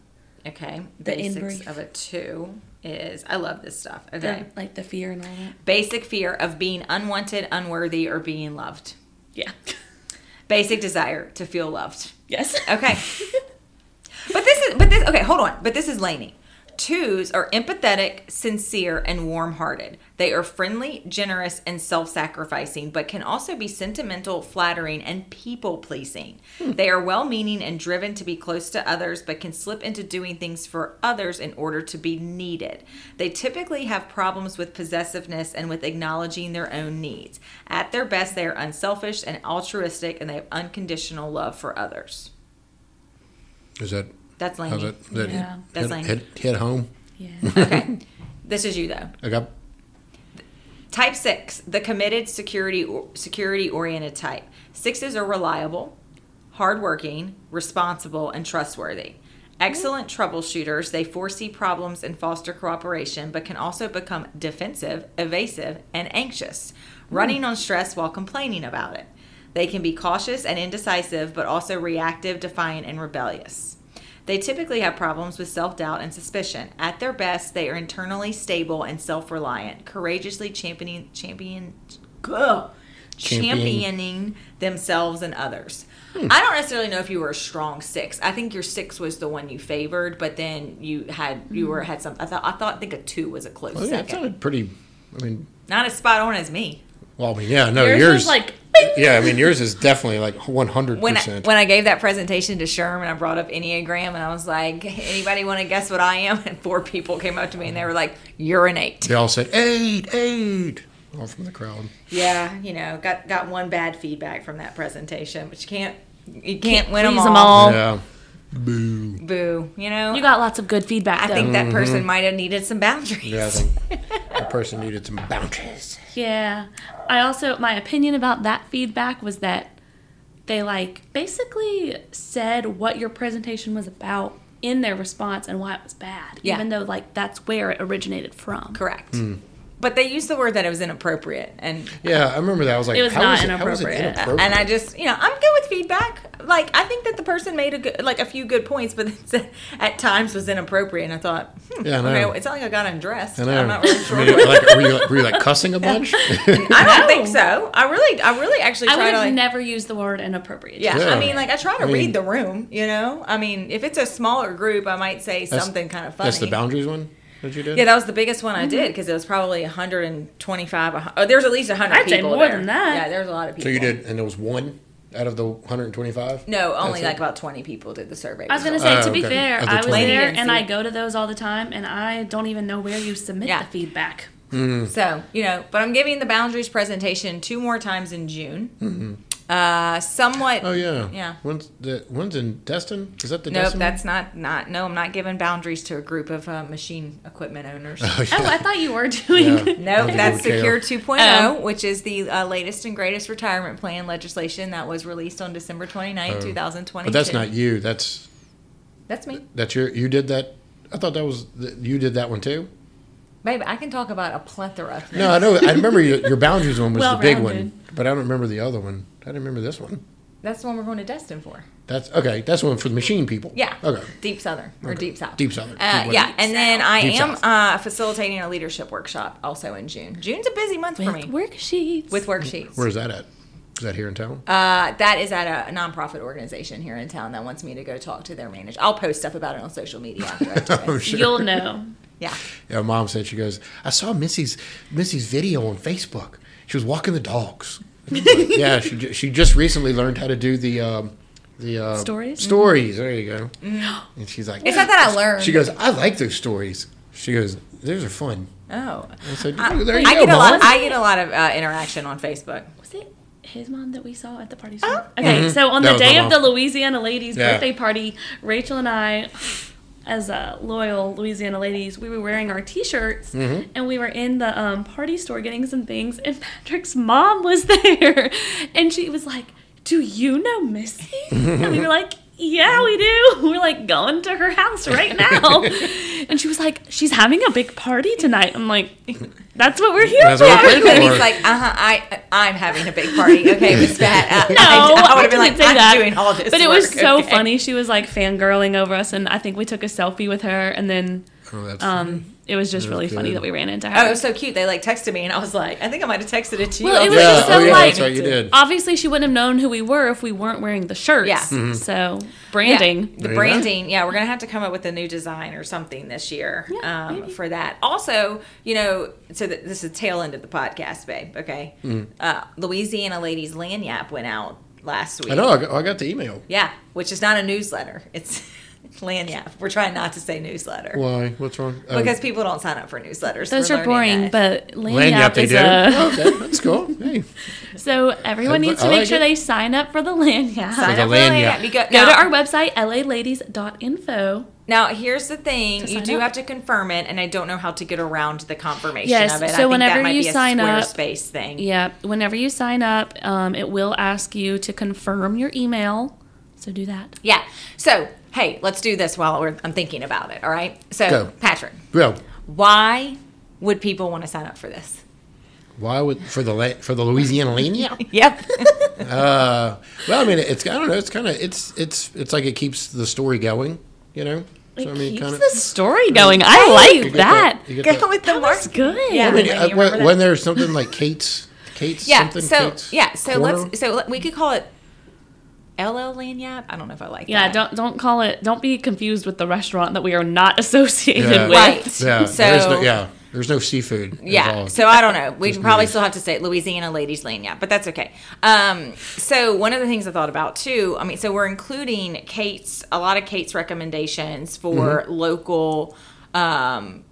[SPEAKER 1] Okay,
[SPEAKER 3] The in
[SPEAKER 1] basics
[SPEAKER 3] brief.
[SPEAKER 1] of a two is I love this stuff.
[SPEAKER 3] the
[SPEAKER 1] Okay,
[SPEAKER 3] like the fear and all that.
[SPEAKER 1] basic fear of being unwanted, unworthy, or being loved.
[SPEAKER 3] Yeah.
[SPEAKER 1] Basic desire to feel loved.
[SPEAKER 3] yes.
[SPEAKER 4] Oh,
[SPEAKER 1] Okay. But this is, but this, okay, hold on. But this is Laney. Twos are empathetic, sincere, and warm hearted. They are friendly, generous, and self sacrificing, but can also be sentimental, flattering, and people pleasing. They are well meaning and driven to be close to others, but can slip into doing things for others in order to be needed. They typically have problems with possessiveness and with acknowledging their own needs. At their best, they are unselfish and altruistic, and they have unconditional love for others.
[SPEAKER 4] Is that
[SPEAKER 1] That's Laney.
[SPEAKER 4] how's that? that
[SPEAKER 3] Yeah.
[SPEAKER 1] That's
[SPEAKER 4] hit,
[SPEAKER 1] lame.
[SPEAKER 4] hit, hit home.
[SPEAKER 3] Yeah.
[SPEAKER 1] This is you though.
[SPEAKER 4] I got oh,
[SPEAKER 1] Type six, the committed security or security oriented type. Sixes are reliable, hardworking, responsible, and trustworthy. Excellent troubleshooters, they foresee problems and foster cooperation, but can also become defensive, evasive, and anxious, running on stress while complaining about it. They can be cautious and indecisive, but also reactive, defiant, and rebellious. They typically have problems with self doubt and suspicion. At their best, they are internally stable and self reliant, courageously championing, champion, ugh,
[SPEAKER 4] Champion. Hmm.
[SPEAKER 1] championing themselves and others. I don't necessarily know if you were a strong six. I think your six was the one you favored, but then you had you were had some. I thought I thought I think a two was a close
[SPEAKER 4] well, Oh, yeah, it
[SPEAKER 1] second.
[SPEAKER 4] sounded pretty I mean
[SPEAKER 1] Not as spot on as me.
[SPEAKER 4] well I mean yeah, no,
[SPEAKER 3] Yours
[SPEAKER 4] yours,
[SPEAKER 3] was like
[SPEAKER 4] Yeah, I mean yours is definitely like one hundred
[SPEAKER 1] when I,
[SPEAKER 4] percent.
[SPEAKER 1] when I gave that presentation to Sherman, I brought up Enneagram and I was like, anybody want to guess what I am? And four people came up to me and they were like, you're an eight.
[SPEAKER 4] They all said eight, eight all from the crowd.
[SPEAKER 1] Yeah, you know, got got one bad feedback from that presentation, but you can't you can't, win 'em win
[SPEAKER 3] please
[SPEAKER 1] them all.
[SPEAKER 3] 'em all.
[SPEAKER 4] Yeah. Boo.
[SPEAKER 1] Boo, you know.
[SPEAKER 3] You got lots of good feedback.
[SPEAKER 1] I
[SPEAKER 3] though.
[SPEAKER 1] think that person might have needed some boundaries.
[SPEAKER 4] Mm-hmm. Yeah, I think that person needed some boundaries.
[SPEAKER 3] Yeah. I also my opinion about that feedback was that they like basically said what your presentation was about in their response and why it was bad.
[SPEAKER 1] Yeah.
[SPEAKER 3] Even though like that's where it originated from.
[SPEAKER 1] Correct.
[SPEAKER 4] Hmm.
[SPEAKER 1] But they used the word that it was inappropriate and
[SPEAKER 4] Yeah, I remember that. I was like,
[SPEAKER 3] It was
[SPEAKER 4] how
[SPEAKER 3] not
[SPEAKER 4] is how is
[SPEAKER 3] inappropriate.
[SPEAKER 1] and I just, you know, I'm good with feedback. Like I think that the person made a good, like a few good points, but it's- at times was inappropriate. And I thought, hmm,
[SPEAKER 4] Yeah, I know.
[SPEAKER 1] okay, well, it's not like I got undressed.
[SPEAKER 4] I know.
[SPEAKER 1] I'm not really sure.
[SPEAKER 4] I mean, like, were, you, like, were you like cussing a bunch?
[SPEAKER 1] I don't think so. I really, I really actually
[SPEAKER 3] I
[SPEAKER 1] try
[SPEAKER 3] would
[SPEAKER 1] to.
[SPEAKER 3] have
[SPEAKER 1] Like,
[SPEAKER 3] never used the word inappropriate.
[SPEAKER 1] yeah,
[SPEAKER 4] Yeah.
[SPEAKER 1] I mean, like I try to
[SPEAKER 4] I mean-
[SPEAKER 1] read the room. You know, I mean, if it's a smaller group, I might say
[SPEAKER 4] That's-
[SPEAKER 1] something kind of funny.
[SPEAKER 4] That's the boundaries one that you did.
[SPEAKER 1] Yeah, that was the biggest
[SPEAKER 3] Mm-hmm.
[SPEAKER 1] one I did because it was probably 125. a hun- Oh, there's at least 100
[SPEAKER 3] I'd say
[SPEAKER 1] people.
[SPEAKER 3] more
[SPEAKER 1] there.
[SPEAKER 3] than that.
[SPEAKER 1] Yeah, there's a lot of people.
[SPEAKER 4] so you did, and there was one out of the 125.
[SPEAKER 1] No, only
[SPEAKER 4] That's
[SPEAKER 1] like
[SPEAKER 4] it.
[SPEAKER 1] about 20 people did the survey.
[SPEAKER 3] I was gonna
[SPEAKER 1] results.
[SPEAKER 3] say, to
[SPEAKER 4] Oh,
[SPEAKER 3] be
[SPEAKER 4] okay.
[SPEAKER 3] fair,
[SPEAKER 4] Of the
[SPEAKER 3] I was
[SPEAKER 4] 20.
[SPEAKER 3] there
[SPEAKER 1] Lady
[SPEAKER 3] and I
[SPEAKER 1] didn't
[SPEAKER 3] go to those all the time, and I don't even know where you submit
[SPEAKER 1] Yeah.
[SPEAKER 3] the feedback.
[SPEAKER 4] Mm.
[SPEAKER 1] So, you know, but I'm giving the boundaries presentation two more times in June. Uh, somewhat.
[SPEAKER 4] Mm-hmm. Oh yeah.
[SPEAKER 1] Yeah.
[SPEAKER 4] One's the one's in Destin. Is that the
[SPEAKER 1] Nope,
[SPEAKER 4] Destin?
[SPEAKER 1] that's not, not, no, I'm not giving boundaries to a group of uh, machine equipment owners.
[SPEAKER 4] Oh, yeah.
[SPEAKER 3] Oh, I thought you were doing.
[SPEAKER 4] Yeah.
[SPEAKER 1] No,
[SPEAKER 4] Okay,
[SPEAKER 1] that's
[SPEAKER 4] okay.
[SPEAKER 1] Secure 2.0, which is the uh, latest and greatest retirement plan legislation that was released on December 29, 2020.
[SPEAKER 4] Oh. But that's not you. That's
[SPEAKER 1] That's me.
[SPEAKER 4] that's your. You did that. I thought that was the, you did that one too.
[SPEAKER 1] Babe, I can talk about a plethora of things.
[SPEAKER 4] No, I know. I remember your, your boundaries one was the big one,
[SPEAKER 3] Well-rounded.
[SPEAKER 4] but I don't remember the other one. I don't remember this one.
[SPEAKER 1] That's the one we're going to Destin for.
[SPEAKER 4] That's okay. That's the one for the machine people.
[SPEAKER 1] Yeah.
[SPEAKER 4] Okay.
[SPEAKER 1] Deep Southern or Deep South.
[SPEAKER 4] Deep Southern.
[SPEAKER 1] Uh,
[SPEAKER 4] Deep
[SPEAKER 1] yeah,
[SPEAKER 4] Southern.
[SPEAKER 1] and then I
[SPEAKER 4] Deep
[SPEAKER 1] am
[SPEAKER 4] South.
[SPEAKER 1] uh, facilitating a leadership workshop also in June. June's a busy month for me
[SPEAKER 3] With worksheets.
[SPEAKER 1] with worksheets.
[SPEAKER 4] Where's that at? Is that here in town?
[SPEAKER 1] Uh, that is at a nonprofit organization here in town that wants me to go talk to their manager. I'll post stuff about it on social media after I do
[SPEAKER 4] oh,
[SPEAKER 1] it.
[SPEAKER 4] sure.
[SPEAKER 3] You'll know.
[SPEAKER 1] Yeah.
[SPEAKER 4] Yeah, mom said she goes. I saw Missy's Missy's video on Facebook. She was walking the dogs. yeah, she ju- she just recently learned how to do the um, the uh,
[SPEAKER 3] Stories?
[SPEAKER 4] Stories. There you go. And she's like,
[SPEAKER 1] Mm-hmm. It's not that I learned.
[SPEAKER 4] she goes, I like those stories. She goes, those are fun.
[SPEAKER 1] oh.
[SPEAKER 4] I said,
[SPEAKER 1] I,
[SPEAKER 4] there you
[SPEAKER 1] I
[SPEAKER 4] go,
[SPEAKER 1] get a
[SPEAKER 4] Mom.
[SPEAKER 1] lot. I get a lot of uh, interaction on Facebook.
[SPEAKER 3] Was it his mom that we saw at the party? store? Okay, so on
[SPEAKER 4] Mm-hmm. That
[SPEAKER 3] the
[SPEAKER 4] was
[SPEAKER 3] day
[SPEAKER 4] my
[SPEAKER 3] of the
[SPEAKER 4] mom.
[SPEAKER 3] Louisiana ladies
[SPEAKER 4] Yeah.
[SPEAKER 3] birthday party, Rachel and I, as uh, loyal Louisiana ladies, we were wearing our T-shirts
[SPEAKER 4] Mm-hmm.
[SPEAKER 3] and we were in the um, party store getting some things, and Patrick's mom was there, and she was like, "Do you know Missy?" and we were like. Yeah, we do. We're like going to her house right now. and she was like, She's having a big party tonight. I'm like, That's what we're here
[SPEAKER 4] That's
[SPEAKER 3] for.
[SPEAKER 4] what we're here
[SPEAKER 1] And
[SPEAKER 4] Or-
[SPEAKER 1] he's like, uh huh, I, I'm having a big party. Okay, Miss Pat. I,
[SPEAKER 3] No,
[SPEAKER 1] I, I would have been
[SPEAKER 3] didn't
[SPEAKER 1] like,
[SPEAKER 3] say
[SPEAKER 1] I'm
[SPEAKER 3] that.
[SPEAKER 1] doing all this.
[SPEAKER 3] But it was
[SPEAKER 1] work,
[SPEAKER 3] so
[SPEAKER 1] okay?
[SPEAKER 3] funny. She was like fangirling over us, and I think we took a selfie with her, and then
[SPEAKER 4] Oh, that's
[SPEAKER 3] um, it was just really funny
[SPEAKER 4] good.
[SPEAKER 3] that we ran into her.
[SPEAKER 1] Oh, it was so cute. They like texted me, and I was like, I think I might have texted it to you.
[SPEAKER 3] Well, it
[SPEAKER 1] I
[SPEAKER 3] was
[SPEAKER 4] yeah,
[SPEAKER 3] just so
[SPEAKER 4] oh, yeah,
[SPEAKER 3] like-
[SPEAKER 4] that's right, you did.
[SPEAKER 3] Obviously, she wouldn't have known who we were if we weren't wearing the shirts.
[SPEAKER 1] Yeah.
[SPEAKER 4] Mm-hmm.
[SPEAKER 3] So
[SPEAKER 1] Yeah,
[SPEAKER 3] branding.
[SPEAKER 1] the
[SPEAKER 4] There you go.
[SPEAKER 1] branding. Yeah, we're gonna have to come up with a new design or something this year
[SPEAKER 3] Yeah,
[SPEAKER 1] um,
[SPEAKER 3] maybe.
[SPEAKER 1] for that. Also, you know, so that this is tail end of the podcast, babe. Okay,
[SPEAKER 3] Mm.
[SPEAKER 1] uh, Louisiana Ladies Land Yap went out last week.
[SPEAKER 4] I know. I got, I got the email.
[SPEAKER 1] Yeah, which is not a newsletter. It's Land Yap. We're trying not to say newsletter
[SPEAKER 4] Why? What's wrong? Oh,
[SPEAKER 1] because people don't sign up for newsletters.
[SPEAKER 3] Those
[SPEAKER 1] We're
[SPEAKER 3] are
[SPEAKER 1] learning
[SPEAKER 3] boring,
[SPEAKER 1] that.
[SPEAKER 3] but
[SPEAKER 4] land
[SPEAKER 3] Lanyap
[SPEAKER 4] yap they
[SPEAKER 3] is
[SPEAKER 4] do.
[SPEAKER 3] a.
[SPEAKER 4] okay, that's cool. Hey,
[SPEAKER 3] So everyone
[SPEAKER 4] I
[SPEAKER 3] needs to
[SPEAKER 4] like
[SPEAKER 3] make sure
[SPEAKER 4] it.
[SPEAKER 3] they sign up for the Lanyap.
[SPEAKER 1] sign
[SPEAKER 4] the
[SPEAKER 1] up for
[SPEAKER 4] Land
[SPEAKER 1] Land
[SPEAKER 4] Yap.
[SPEAKER 1] Yap. You go,
[SPEAKER 3] Go
[SPEAKER 1] now-
[SPEAKER 3] to our website, laladies.info.
[SPEAKER 1] Now, here's the thing: you
[SPEAKER 3] sign
[SPEAKER 1] do
[SPEAKER 3] up.
[SPEAKER 1] have to confirm it, and I don't know how to get around the confirmation
[SPEAKER 3] Yes,
[SPEAKER 1] of it. I
[SPEAKER 3] so
[SPEAKER 1] think that
[SPEAKER 3] whenever
[SPEAKER 1] might
[SPEAKER 3] you
[SPEAKER 1] be a
[SPEAKER 3] sign up-
[SPEAKER 1] Squarespace thing.
[SPEAKER 3] Yeah, whenever you sign up, um, it will ask you to confirm your email. So do that.
[SPEAKER 1] Yeah. So, hey, let's do this while we're, I'm thinking about it. All right. So,
[SPEAKER 4] Go.
[SPEAKER 1] Patrick,
[SPEAKER 4] well,
[SPEAKER 1] why would people want to sign up for this?
[SPEAKER 4] why would for the la- for the Louisiana land yap?
[SPEAKER 1] Yep.
[SPEAKER 4] Uh, well, I mean, it's I don't know. It's kind of it's it's it's like it keeps the story going. You know,
[SPEAKER 3] It
[SPEAKER 4] so, I mean,
[SPEAKER 3] keeps
[SPEAKER 4] kinda-
[SPEAKER 3] the story going. I
[SPEAKER 4] you
[SPEAKER 3] like
[SPEAKER 4] get
[SPEAKER 3] that.
[SPEAKER 4] You get
[SPEAKER 1] Go with the
[SPEAKER 3] That's
[SPEAKER 1] mark.
[SPEAKER 3] good.
[SPEAKER 1] Yeah.
[SPEAKER 4] I mean,
[SPEAKER 1] Wait,
[SPEAKER 4] uh,
[SPEAKER 1] you remember
[SPEAKER 4] when,
[SPEAKER 1] that?
[SPEAKER 4] when there's something like Kate's Kate's
[SPEAKER 1] Yeah.
[SPEAKER 4] something.
[SPEAKER 1] so,
[SPEAKER 4] Kate's
[SPEAKER 1] yeah. So
[SPEAKER 4] Corner?
[SPEAKER 1] let's. So let- we could call it LL Lanyap. I don't know if I like.
[SPEAKER 3] Yeah,
[SPEAKER 1] that.
[SPEAKER 3] don't don't call it. Don't be confused with the restaurant that we are not associated
[SPEAKER 4] Yeah.
[SPEAKER 3] with.
[SPEAKER 1] Right.
[SPEAKER 4] Yeah, there is no,
[SPEAKER 1] So-
[SPEAKER 4] yeah, there's no seafood.
[SPEAKER 1] Yeah.
[SPEAKER 4] involved.
[SPEAKER 1] So I don't know. We
[SPEAKER 4] Just
[SPEAKER 1] probably
[SPEAKER 4] movies.
[SPEAKER 1] still have to say Louisiana Ladies Lane, yeah, but that's okay. Um, so one of the things I thought about too, I mean, so we're including Kate's a lot of Kate's recommendations for
[SPEAKER 4] Mm-hmm.
[SPEAKER 1] local um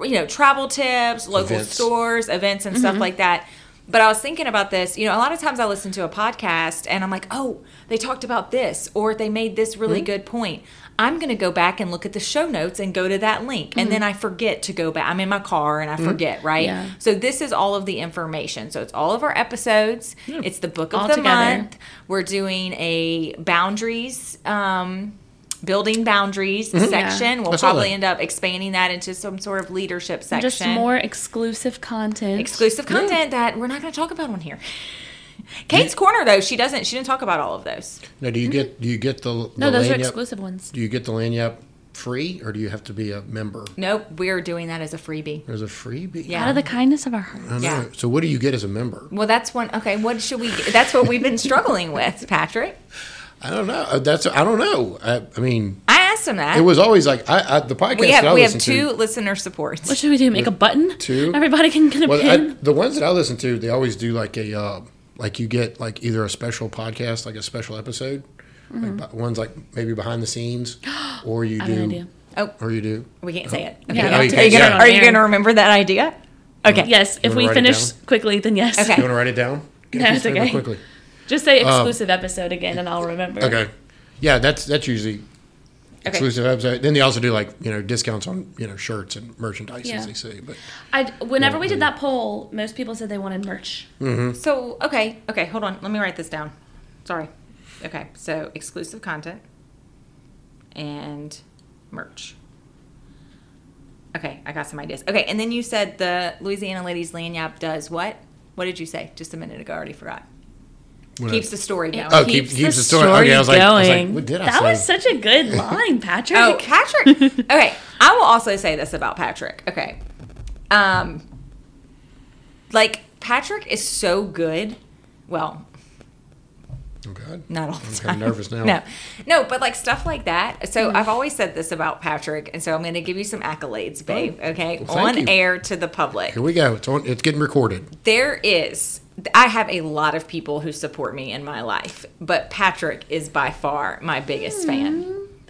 [SPEAKER 1] you know, travel tips, local
[SPEAKER 4] Events.
[SPEAKER 1] stores, events and
[SPEAKER 3] Mm-hmm.
[SPEAKER 1] stuff like that. But I was thinking about this, you know, a lot of times I listen to a podcast and I'm like, "Oh, they talked about this or they made this really
[SPEAKER 3] Mm-hmm.
[SPEAKER 1] good point." I'm going to go back and look at the show notes and go to that link. And then I forget to go back. I'm in my car and I forget, right?
[SPEAKER 3] Mm-hmm. Yeah.
[SPEAKER 1] So this is all of the information. So it's all of our episodes. It's the book of
[SPEAKER 3] All
[SPEAKER 1] the
[SPEAKER 3] together.
[SPEAKER 1] month. We're doing a boundaries, um, building boundaries
[SPEAKER 3] Mm-hmm.
[SPEAKER 1] section. We'll
[SPEAKER 4] I saw
[SPEAKER 1] probably
[SPEAKER 4] that.
[SPEAKER 1] end up expanding that into some sort of leadership section.
[SPEAKER 3] Just more exclusive content.
[SPEAKER 1] exclusive content that we're not going to talk about on here. Kate's corner though she doesn't she didn't talk about all of those.
[SPEAKER 4] Now, do you get do you get the
[SPEAKER 3] no,
[SPEAKER 4] the
[SPEAKER 3] those are
[SPEAKER 4] lanyap-
[SPEAKER 3] exclusive ones.
[SPEAKER 4] Do you get the lanyap free, or do you have to be a member?
[SPEAKER 1] Nope, we're doing that as a freebie.
[SPEAKER 4] There's a freebie.
[SPEAKER 1] Yeah.
[SPEAKER 3] Out of the kindness of our
[SPEAKER 4] I
[SPEAKER 3] hearts.
[SPEAKER 4] know.
[SPEAKER 1] Yeah.
[SPEAKER 4] So what do you get as a member?
[SPEAKER 1] Well, that's one. Okay, what should we? That's what we've been struggling with, Patrick.
[SPEAKER 4] I don't know. Uh, That's I don't know. I, I mean,
[SPEAKER 1] I asked him that.
[SPEAKER 4] it was always like I, I the podcast
[SPEAKER 1] we have
[SPEAKER 4] that I
[SPEAKER 1] we have
[SPEAKER 4] listened
[SPEAKER 1] two
[SPEAKER 4] to.
[SPEAKER 1] listener supports.
[SPEAKER 3] What should we do? Make a button.
[SPEAKER 4] Two.
[SPEAKER 3] Everybody can get a
[SPEAKER 4] Well, I,
[SPEAKER 3] pin.
[SPEAKER 4] the ones that I listen to, they always do like a uh, like you get like either a special podcast, like a special episode, like bu- ones like maybe behind the scenes, or you
[SPEAKER 3] Mm-hmm. have an
[SPEAKER 4] do,
[SPEAKER 3] idea.
[SPEAKER 1] Oh.
[SPEAKER 4] or you do.
[SPEAKER 1] we can't say it. Okay.
[SPEAKER 3] Yeah,
[SPEAKER 4] oh, you
[SPEAKER 3] to
[SPEAKER 4] can't
[SPEAKER 3] figure
[SPEAKER 4] say
[SPEAKER 3] it
[SPEAKER 4] it.
[SPEAKER 3] out
[SPEAKER 1] Are you
[SPEAKER 3] there.
[SPEAKER 1] going to remember that idea? Okay.
[SPEAKER 3] Yes, if
[SPEAKER 4] wanna
[SPEAKER 3] we
[SPEAKER 4] write it
[SPEAKER 3] finish quickly, then yes.
[SPEAKER 1] Okay.
[SPEAKER 4] You want to write it down? Get
[SPEAKER 3] No,
[SPEAKER 4] a piece
[SPEAKER 3] it's
[SPEAKER 4] of paper
[SPEAKER 3] okay.
[SPEAKER 4] Quickly.
[SPEAKER 3] Just say exclusive episode again, and I'll remember.
[SPEAKER 4] Um, Okay. Yeah, that's that's usually exclusive episode. Then they also do like you know discounts on you know shirts and merchandise
[SPEAKER 3] Yeah.
[SPEAKER 4] as they say. But
[SPEAKER 3] I whenever we did that poll, most people said they wanted merch.
[SPEAKER 1] So, okay. Okay. Hold on. Let me write this down. Sorry. Okay. So, exclusive content and merch. Okay. I got some ideas. Okay. And then you said the Louisiana Ladies Lanyap does what? What did you say just a minute ago? I already forgot.
[SPEAKER 4] whatever.
[SPEAKER 1] Keeps the story going.
[SPEAKER 4] Oh, keep- keeps the story- okay, I was like- I was like, what did I
[SPEAKER 3] that
[SPEAKER 4] say?
[SPEAKER 3] was such a good line, Patrick.
[SPEAKER 1] Oh, Patrick. okay, I will also say this about Patrick. Okay, um, like Patrick is so good. Well,
[SPEAKER 4] oh God.
[SPEAKER 1] not all the
[SPEAKER 4] I'm
[SPEAKER 1] time.
[SPEAKER 4] kind of nervous now. Hmm.
[SPEAKER 1] No, no, but like stuff like that. So I've always said this about Patrick, and so I'm going to give you some accolades, babe. Okay,
[SPEAKER 4] well,
[SPEAKER 1] on
[SPEAKER 4] thank you.
[SPEAKER 1] air to the public.
[SPEAKER 4] Here we go. It's on. It's getting recorded.
[SPEAKER 1] There is. I have a lot of people who support me in my life, but Patrick is by far my
[SPEAKER 4] Hmm.
[SPEAKER 1] biggest fan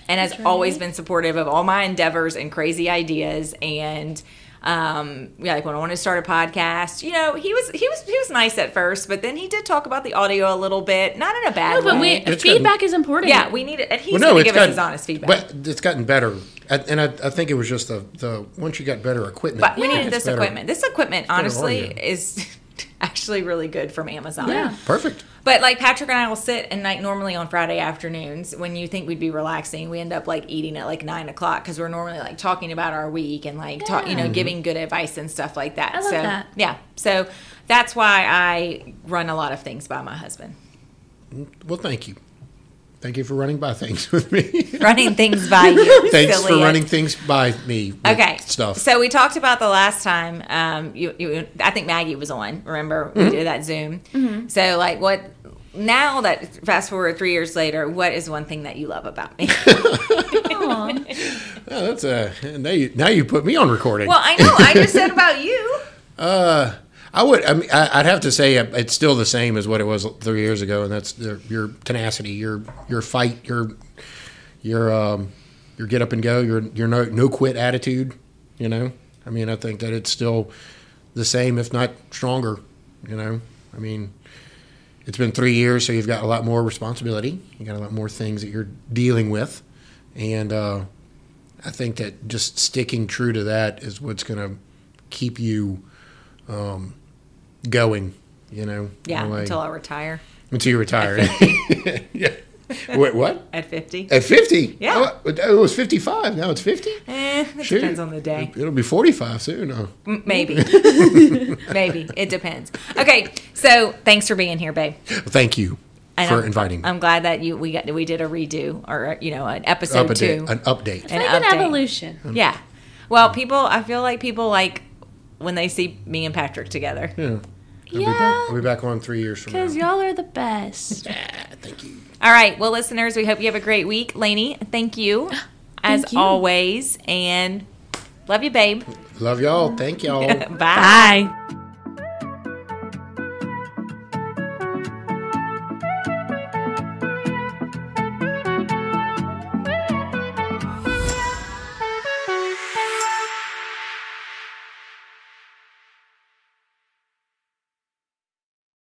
[SPEAKER 1] and has always been supportive of all my endeavors and crazy ideas. And Um, yeah, like when I wanted to start a podcast, you know, he was he was he was nice at first, but then he did talk about the audio a little bit, not in a bad
[SPEAKER 3] No, but we,
[SPEAKER 1] way.
[SPEAKER 4] It's
[SPEAKER 3] feedback
[SPEAKER 4] gotten-
[SPEAKER 3] is important.
[SPEAKER 1] yeah, we need it, and he's
[SPEAKER 4] Well, no,
[SPEAKER 1] gonna
[SPEAKER 4] it's
[SPEAKER 1] give
[SPEAKER 4] gotten,
[SPEAKER 1] us his honest feedback.
[SPEAKER 4] But it's gotten better, I, and I, I think it was just the, the once you got better equipment.
[SPEAKER 1] But we
[SPEAKER 4] it
[SPEAKER 1] needed
[SPEAKER 4] gets
[SPEAKER 1] this
[SPEAKER 4] better.
[SPEAKER 1] equipment. This equipment,
[SPEAKER 4] better
[SPEAKER 1] honestly,
[SPEAKER 4] audio.
[SPEAKER 1] is actually really good from Amazon.
[SPEAKER 3] Yeah.
[SPEAKER 4] Perfect.
[SPEAKER 1] But like Patrick and I will sit and like normally on Friday afternoons when you think we'd be relaxing, we end up like eating at like nine o'clock because we're normally like talking about our week and like talk, you know, giving good advice and stuff like that.
[SPEAKER 3] I love
[SPEAKER 1] so
[SPEAKER 3] that.
[SPEAKER 1] yeah, so that's why I run a lot of things by my husband.
[SPEAKER 4] Well, thank you. Thank you for running by things with me.
[SPEAKER 1] Running things by you.
[SPEAKER 4] Thanks for
[SPEAKER 1] silly.
[SPEAKER 4] running things by me. with
[SPEAKER 1] Okay.
[SPEAKER 4] Stuff.
[SPEAKER 1] So we talked about the last time. Um, you, you, I think Maggie was on. Remember
[SPEAKER 4] Mm-hmm.
[SPEAKER 1] we did that Zoom. So like, what now that fast forward three years later, what is one thing that you love about me?
[SPEAKER 3] Aw.
[SPEAKER 4] Oh, that's a now you now you put me on recording.
[SPEAKER 1] well, I know I just said about you.
[SPEAKER 4] Uh, I would. I mean, I, I'd have to say it- it's still the same as what it was three years ago, and that's your, your tenacity, your your fight, your your um, your get up and go, your your no no quit attitude. You know, I mean, I think that it's still the same, if not stronger. You know, I mean, it's been three years, so you've got a lot more responsibility. You got a lot more things that you're dealing with, and uh, I think that just sticking true to that is what's going to keep you um, going. You know,
[SPEAKER 1] Yeah,
[SPEAKER 4] in a way.
[SPEAKER 1] until I retire
[SPEAKER 4] until you retire. yeah. Wait, what?
[SPEAKER 1] at fifty.
[SPEAKER 4] At fifty?
[SPEAKER 1] Yeah.
[SPEAKER 4] Oh, it was fifty-five. Now it's fifty.
[SPEAKER 1] Eh, it
[SPEAKER 4] Shoot.
[SPEAKER 1] depends on the day.
[SPEAKER 4] It'll be forty-five soon. huh?
[SPEAKER 1] M- Maybe, maybe it depends. Okay, so thanks for being here, babe.
[SPEAKER 4] Thank you
[SPEAKER 1] And
[SPEAKER 4] for
[SPEAKER 1] I'm-
[SPEAKER 4] inviting me.
[SPEAKER 1] I'm glad that you we got we did a redo or you know an
[SPEAKER 4] Up
[SPEAKER 1] episode
[SPEAKER 4] a day-
[SPEAKER 1] two.
[SPEAKER 4] an update.
[SPEAKER 1] an
[SPEAKER 3] Like an
[SPEAKER 1] update.
[SPEAKER 3] evolution.
[SPEAKER 1] Yeah. Well, people, I feel like people like when they see me and Patrick together.
[SPEAKER 4] yeah. I'll be,
[SPEAKER 3] Yeah.
[SPEAKER 4] back, I'll be back on three years from now.
[SPEAKER 3] Because y'all are the best.
[SPEAKER 4] Thank you.
[SPEAKER 1] All right. Well, listeners, we hope you have a great week. Lainey, thank you as
[SPEAKER 3] Thank you.
[SPEAKER 1] always. And love you, babe.
[SPEAKER 4] Love y'all. Thank y'all.
[SPEAKER 1] Bye.
[SPEAKER 3] Bye.